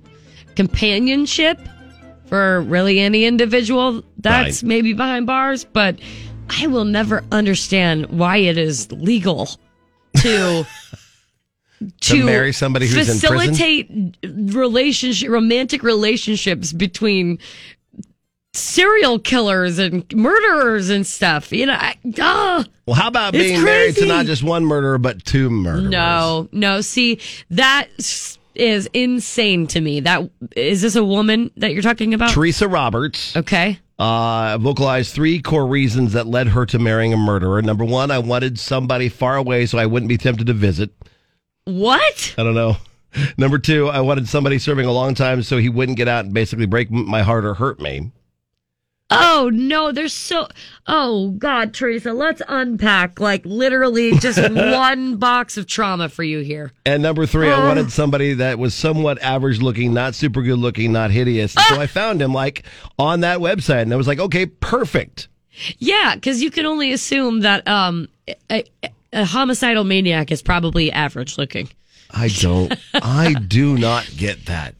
Speaker 1: companionship for really any individual that's
Speaker 9: Right.
Speaker 1: maybe behind bars, but I will never understand why it is legal to.
Speaker 9: To marry somebody who's in prison?
Speaker 1: facilitate relationship, romantic relationships between serial killers and murderers and stuff. You know, I, ah. ugh.
Speaker 9: Well, how about
Speaker 1: It's
Speaker 9: being married to
Speaker 1: crazy.
Speaker 9: not just one murderer, but two murderers?
Speaker 1: no, no. See, that s- is insane to me. That is this a woman that you're talking about?
Speaker 9: Teresa Roberts.
Speaker 1: Okay.
Speaker 9: Uh, vocalized three core reasons that led her to marrying a murderer. Number one, I wanted somebody far away so I wouldn't be tempted to visit.
Speaker 1: What?
Speaker 9: I don't know. Number two, I wanted somebody serving a long time so he wouldn't get out and basically break m- my heart or hurt me.
Speaker 1: Oh no, there's so. Oh God, Teresa, let's unpack like literally just one box of trauma for you here.
Speaker 9: And number three, I
Speaker 1: Uh.
Speaker 9: wanted somebody that was somewhat average looking, not super good looking, not hideous. So
Speaker 1: Ah!
Speaker 9: I found him like on that website and I was like, okay, perfect.
Speaker 1: Yeah, because you can only assume that um, a, a- a homicidal maniac is probably average looking.
Speaker 9: I don't, I do not get that.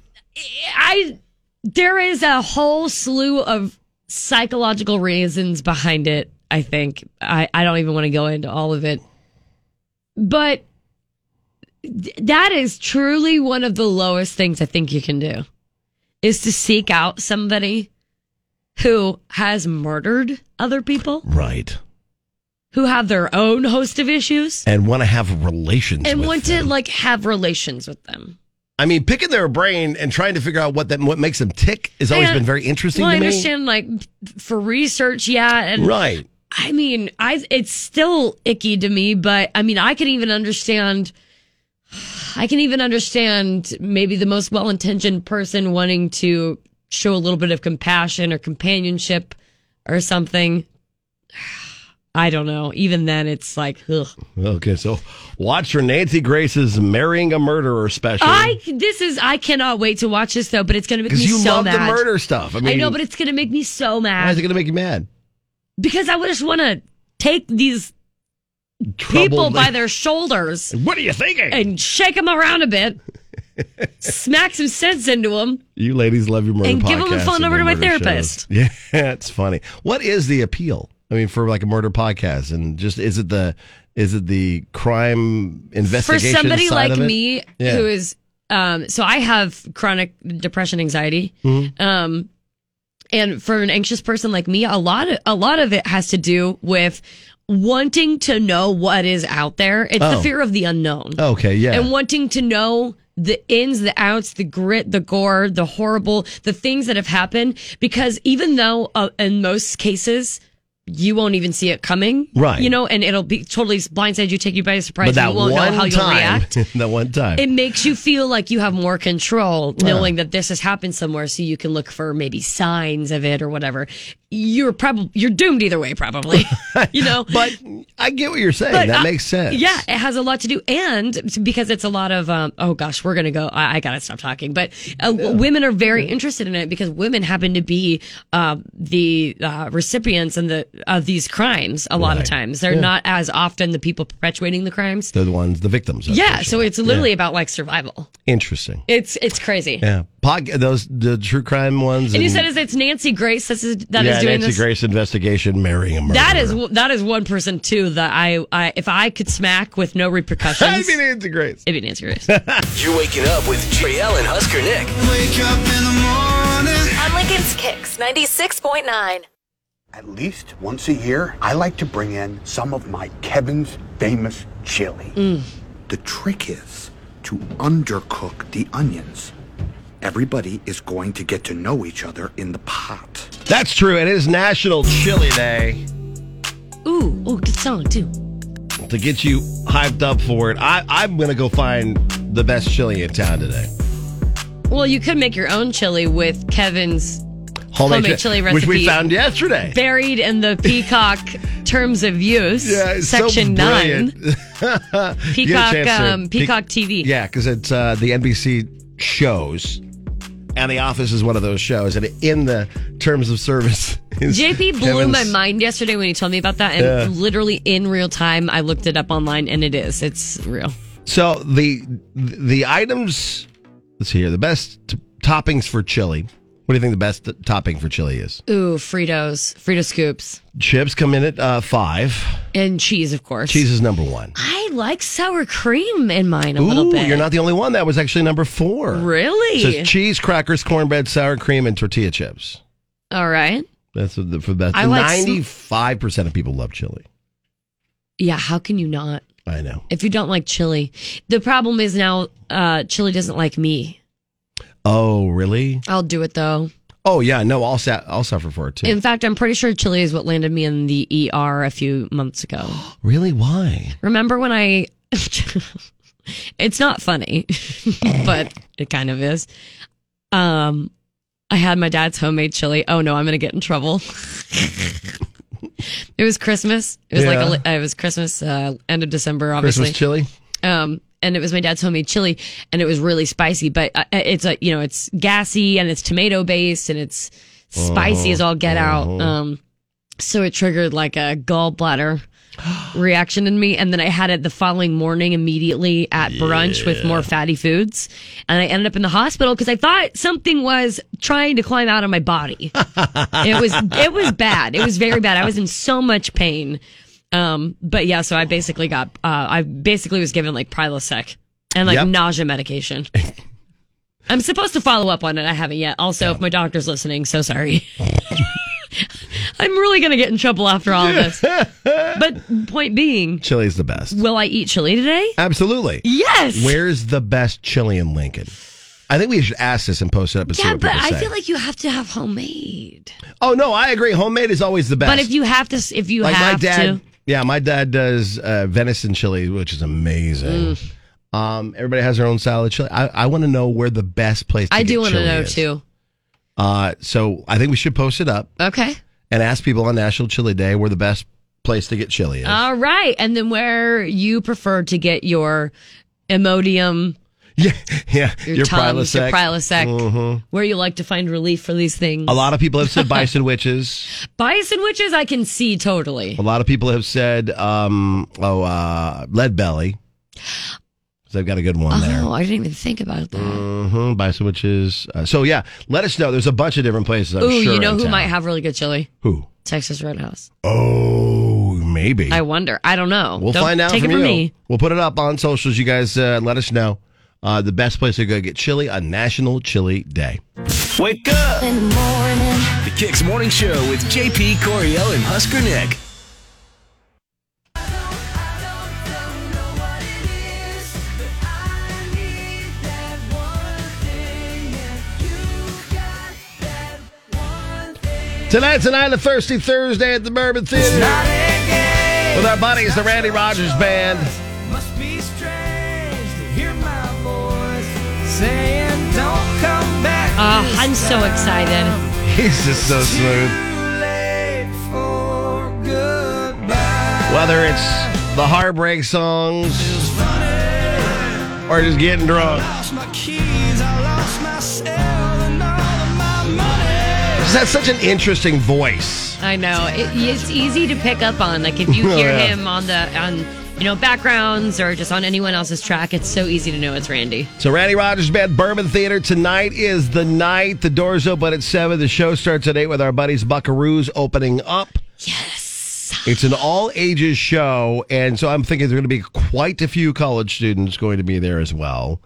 Speaker 1: I there is a whole slew of psychological reasons behind it. I think I I don't even want to go into all of it, but th- that is truly one of the lowest things I think you can do is to seek out somebody who has murdered other people
Speaker 9: Right.
Speaker 1: who have their own host of issues
Speaker 9: And want to have relations
Speaker 1: and
Speaker 9: with
Speaker 1: want
Speaker 9: them.
Speaker 1: to like have relations with them.
Speaker 9: I mean, picking their brain and trying to figure out what them what makes them tick has always
Speaker 1: And-
Speaker 9: been very interesting
Speaker 1: Well,
Speaker 9: to
Speaker 1: I
Speaker 9: me.
Speaker 1: understand, like for research, yeah, and
Speaker 9: Right.
Speaker 1: I mean, I it's still icky to me, but I mean, I can even understand. I can even understand maybe the most well-intentioned person wanting to show a little bit of compassion or companionship or something. I don't know. Even then, it's like, ugh.
Speaker 9: Okay, so watch for Nancy Grace's marrying a murderer special.
Speaker 1: I this is I cannot wait to watch this though, but it's gonna make me
Speaker 9: Because you
Speaker 1: so
Speaker 9: love
Speaker 1: mad.
Speaker 9: the murder stuff. I
Speaker 1: I,
Speaker 9: mean,
Speaker 1: know, but it's gonna make me so
Speaker 9: why
Speaker 1: mad
Speaker 9: is it going to make you mad?
Speaker 1: because I would just want to take these people
Speaker 9: Troubled-
Speaker 1: by their shoulders.
Speaker 9: What are you thinking?
Speaker 1: And shake them around a bit, smack some sense into them.
Speaker 9: You ladies love your murder
Speaker 1: And give 'em a
Speaker 9: podcasts
Speaker 1: phone
Speaker 9: and
Speaker 1: number
Speaker 9: your
Speaker 1: to my
Speaker 9: murder shows.
Speaker 1: therapist.
Speaker 9: Yeah, it's funny. What is the appeal? I mean, for like a murder podcast, and just is it the is it the crime
Speaker 1: For
Speaker 9: investigation
Speaker 1: somebody
Speaker 9: side
Speaker 1: like
Speaker 9: of it?
Speaker 1: me,
Speaker 9: Yeah.
Speaker 1: who is, um, so I have chronic depression, anxiety.
Speaker 9: Mhm.
Speaker 1: Um, and for an anxious person like me, a lot of a lot of it has to do with wanting to know what is out there. It's
Speaker 9: Oh.
Speaker 1: the fear of the unknown.
Speaker 9: Okay, yeah.
Speaker 1: And wanting to know the ins, the outs, the grit, the gore, the horrible, the things that have happened. Because even though uh, in most cases, you won't even see it coming.
Speaker 9: Right.
Speaker 1: You know, and it'll be totally blindside you, take you by surprise.
Speaker 9: but
Speaker 1: and
Speaker 9: that
Speaker 1: you won't
Speaker 9: one
Speaker 1: know how you'll
Speaker 9: time,
Speaker 1: react.
Speaker 9: that one time,
Speaker 1: It makes you feel like you have more control
Speaker 9: Yeah.
Speaker 1: knowing that this has happened somewhere so you can look for maybe signs of it or whatever. You're probably you're doomed either way probably. you know.
Speaker 9: But I get what you're saying. That makes sense.
Speaker 1: uh, Yeah, it has a lot to do and because it's a lot of um, oh gosh, we're going to go I, I got to stop talking. But uh, women are very interested in it because women happen to be uh, the uh, recipients and the of these crimes a lot of
Speaker 9: Right.
Speaker 1: times. They're
Speaker 9: Yeah.
Speaker 1: not as often the people perpetuating the crimes.
Speaker 9: they're the ones, the victims. of it.
Speaker 1: Yeah, so it's literally about like survival.
Speaker 9: Interesting.
Speaker 1: It's it's crazy.
Speaker 9: Yeah, Pod, those the true crime ones.
Speaker 1: And you said it's- it's Nancy Grace that's, that is
Speaker 9: yeah,
Speaker 1: doing
Speaker 9: Nancy
Speaker 1: this.
Speaker 9: Grace investigation, marrying a murderer.
Speaker 1: That is that is one person too that I, I if I could smack with no repercussions.
Speaker 2: It'd be
Speaker 9: Nancy Grace.
Speaker 1: It'd be Nancy Grace.
Speaker 2: You're waking up with JL and Husker Nick.
Speaker 6: Wake up in the morning.
Speaker 7: On Lincoln's Kicks 96.9.
Speaker 6: At least once a year, I like to bring in some of my Kevin's famous chili. The trick is to undercook the onions. Everybody is going to get to know each other in the pot.
Speaker 9: That's true. It is National Chili Day.
Speaker 1: Ooh, ooh, good song too.
Speaker 9: to get you hyped up for it. I, I'm going to go find the best chili in town today.
Speaker 1: Well, you could make your own chili with Kevin's homemade,
Speaker 9: chi-
Speaker 1: chili recipe,
Speaker 9: Which we found yesterday.
Speaker 1: buried in the Peacock Terms of Use,
Speaker 9: Yeah, it's so
Speaker 1: Section Nine,
Speaker 9: brilliant. You get a
Speaker 1: Peacock
Speaker 9: chance to
Speaker 1: um,
Speaker 9: peek-
Speaker 1: Peacock TV.
Speaker 9: Yeah, because it's uh, the NBC shows, and The Office is one of those shows. And in the terms of service, is
Speaker 1: JP blew
Speaker 9: Kevin's-
Speaker 1: my mind yesterday when he told me about that, and
Speaker 9: Yeah.
Speaker 1: literally in real time, I looked it up online, and it is. It's real.
Speaker 9: So the the items. Let's see here. The best t- toppings for chili. What do you think the best topping for chili is?
Speaker 1: Ooh, Fritos, Frito scoops,
Speaker 9: Chips come in at uh, five.
Speaker 1: and cheese, of course.
Speaker 9: Cheese is number one.
Speaker 1: I like sour cream in mine a little
Speaker 9: Ooh,
Speaker 1: bit.
Speaker 9: You're not the only one. That was actually number four.
Speaker 1: Really?
Speaker 9: So it's cheese, crackers, cornbread, sour cream, and tortilla chips.
Speaker 1: All right.
Speaker 9: That's the, for the best.
Speaker 1: I like sm-
Speaker 9: Ninety-five percent of people love chili.
Speaker 1: Yeah. How can you not?
Speaker 9: I know.
Speaker 1: If you don't like chili, the problem is now uh, chili doesn't like me.
Speaker 9: Oh, really?
Speaker 1: I'll do it though.
Speaker 9: Oh, yeah. No, I'll sa- I'll suffer for it too.
Speaker 1: In fact, I'm pretty sure chili is what landed me in the ER a few months ago.
Speaker 9: really? Why?
Speaker 1: Remember when I? it's not funny, but it kind of is. Um, I had my dad's homemade chili. Oh no, I'm gonna get in trouble. it was Christmas. It was
Speaker 9: Yeah.
Speaker 1: like a, it was Christmas, uh, end of December, obviously.
Speaker 9: Christmas chili.
Speaker 1: Um, and it was my dad's homemade chili, and it was really spicy. But uh, it's a you know it's gassy and it's tomato based and it's spicy
Speaker 11: Oh,
Speaker 1: as all get
Speaker 11: oh.
Speaker 1: out. Um, so it triggered like a gallbladder reaction in me. And then I had it the following morning immediately at brunch with more fatty foods. And I ended up in the hospital because I thought something was trying to climb out of my body. it was, it was bad. It was very bad. I was in so much pain. Um, but yeah, so I basically got, uh, I basically was given like Prilosec and like
Speaker 11: Yep.
Speaker 1: nausea medication. I'm supposed to follow up on it. I haven't yet. Also, if my doctor's listening, so sorry. I'm really going to get in trouble after all of this. But point being,
Speaker 9: Chili's the best.
Speaker 1: will I eat chili today?
Speaker 9: Absolutely.
Speaker 1: Yes.
Speaker 9: Where's the best chili in Lincoln? I think we should ask this and post it up and see
Speaker 1: yeah,
Speaker 9: what
Speaker 1: but
Speaker 9: people
Speaker 1: I
Speaker 9: say.
Speaker 1: feel like you have to have homemade.
Speaker 9: oh no, I agree. Homemade is always the best.
Speaker 1: But if you have to, if you
Speaker 9: like
Speaker 1: have
Speaker 9: my dad.
Speaker 1: to,
Speaker 9: Yeah, my dad does uh, venison chili, which is amazing.
Speaker 1: Mm.
Speaker 9: Um, everybody has their own salad chili. I, I want to know where the best place. To
Speaker 1: I
Speaker 9: get
Speaker 1: do want to
Speaker 9: chili
Speaker 1: know
Speaker 9: is.
Speaker 1: too.
Speaker 9: Uh, so I think we should post it up
Speaker 1: Okay.
Speaker 9: and ask people on National Chili Day where the best place to get chili is.
Speaker 1: All right. And then where you prefer to get your Imodium,
Speaker 9: yeah,
Speaker 1: your, Tums, your Prilosec,
Speaker 9: Mhm.
Speaker 1: where you like to find relief for these things.
Speaker 9: A lot of people have said bison witches.
Speaker 1: Bias and witches, I can see totally.
Speaker 9: A lot of people have said um, oh uh, lead belly. So they've got a good one there.
Speaker 1: Oh, I didn't even think about that.
Speaker 9: Mm-hmm. Bison witches. Uh, so yeah, let us know. There's a bunch of different places. I'm
Speaker 1: Ooh,
Speaker 9: sure
Speaker 1: you know
Speaker 9: in
Speaker 1: who
Speaker 9: town.
Speaker 1: might have really good chili?
Speaker 9: Who?
Speaker 1: Texas Roadhouse.
Speaker 9: Oh, maybe.
Speaker 1: I wonder. I don't know.
Speaker 9: we'll
Speaker 1: Don't
Speaker 9: find out
Speaker 1: Take
Speaker 9: from
Speaker 1: it from
Speaker 9: you.
Speaker 1: me.
Speaker 9: We'll put it up on socials. You guys, uh, let us know uh, the best place to go get chili on National Chili Day.
Speaker 2: Wake up in the morning. The Kicks Morning Show with JP Coriel and Husker Nick.
Speaker 9: Tonight's the night of Thirsty Thursday at the Bourbon Theater. With our buddies, the Randy Rogers Band.
Speaker 11: Must be strange to hear my voice saying, Don't come back.
Speaker 1: Oh, I'm so excited.
Speaker 9: He's just so smooth. Whether it's the heartbreak songs or just getting drunk.
Speaker 11: Lost my keys, I lost my cell, and all of my money.
Speaker 9: He's got such an interesting voice.
Speaker 1: I know it, it's easy to pick up on. Like if you
Speaker 9: Oh,
Speaker 1: hear
Speaker 9: yeah.
Speaker 1: him on the on you know backgrounds or just on anyone else's track, it's so easy to know it's Randy.
Speaker 9: So Randy Rogers Band Bourbon Theater tonight is the night. The doors open at seven. The show starts at eight with our buddies Buckaroos opening up. Yes. It's an all ages show, and so I'm thinking there's going to be quite a few college students going to be there as well.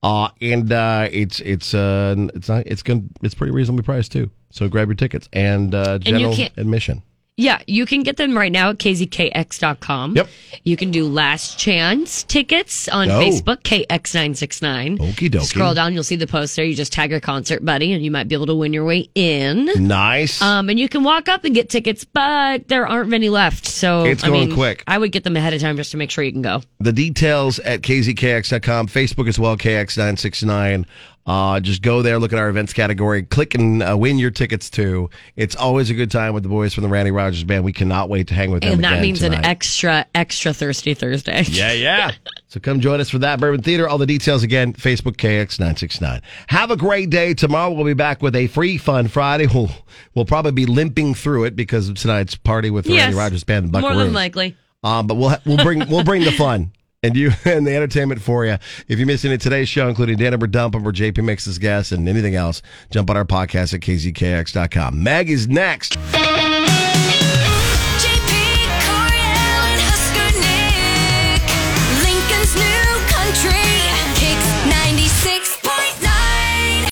Speaker 9: Uh, and uh, it's it's uh, it's not it's going it's pretty reasonably priced too. So grab your tickets and uh,
Speaker 1: you
Speaker 9: general
Speaker 1: can't-
Speaker 9: admission.
Speaker 1: Yeah, you can get them right now at kzkx.com. Yep. You can do last chance tickets on
Speaker 9: Oh.
Speaker 1: Facebook, KX969.
Speaker 9: Okie dokie.
Speaker 1: Scroll down, you'll see the post there. You just tag your concert buddy and you might be able to win your way in.
Speaker 9: Nice.
Speaker 1: Um, and you can walk up and get tickets, but there aren't many left. So
Speaker 9: It's
Speaker 1: I
Speaker 9: going
Speaker 1: mean,
Speaker 9: quick.
Speaker 1: I would get them ahead of time just to make sure you can go.
Speaker 9: The details at kzkx.com, Facebook as well, kx969. Uh, just go there, look at our events category, click and uh, win your tickets too. It's always a good time with the boys from the Randy Rogers Band. We cannot wait to hang with them.
Speaker 1: And that
Speaker 9: again
Speaker 1: means an
Speaker 9: tonight.
Speaker 1: extra, extra thirsty Thursday.
Speaker 9: Yeah, yeah. so come join us for that Bourbon Theater. All the details again, Facebook KX969. Have a great day. Tomorrow we'll be back with a free fun Friday. We'll, we'll probably be limping through it because of tonight's party with the
Speaker 1: yes.
Speaker 9: Randy Rogers Band and
Speaker 1: More than
Speaker 9: Buckaroos.
Speaker 1: likely.
Speaker 9: Um, but we'll ha- we'll bring we'll bring the fun and you and the entertainment for you. If you missed any of today's show, including Dan Number Dump or JP Mix's guest and anything else, jump on our podcast at kzkx.com. Meg is next.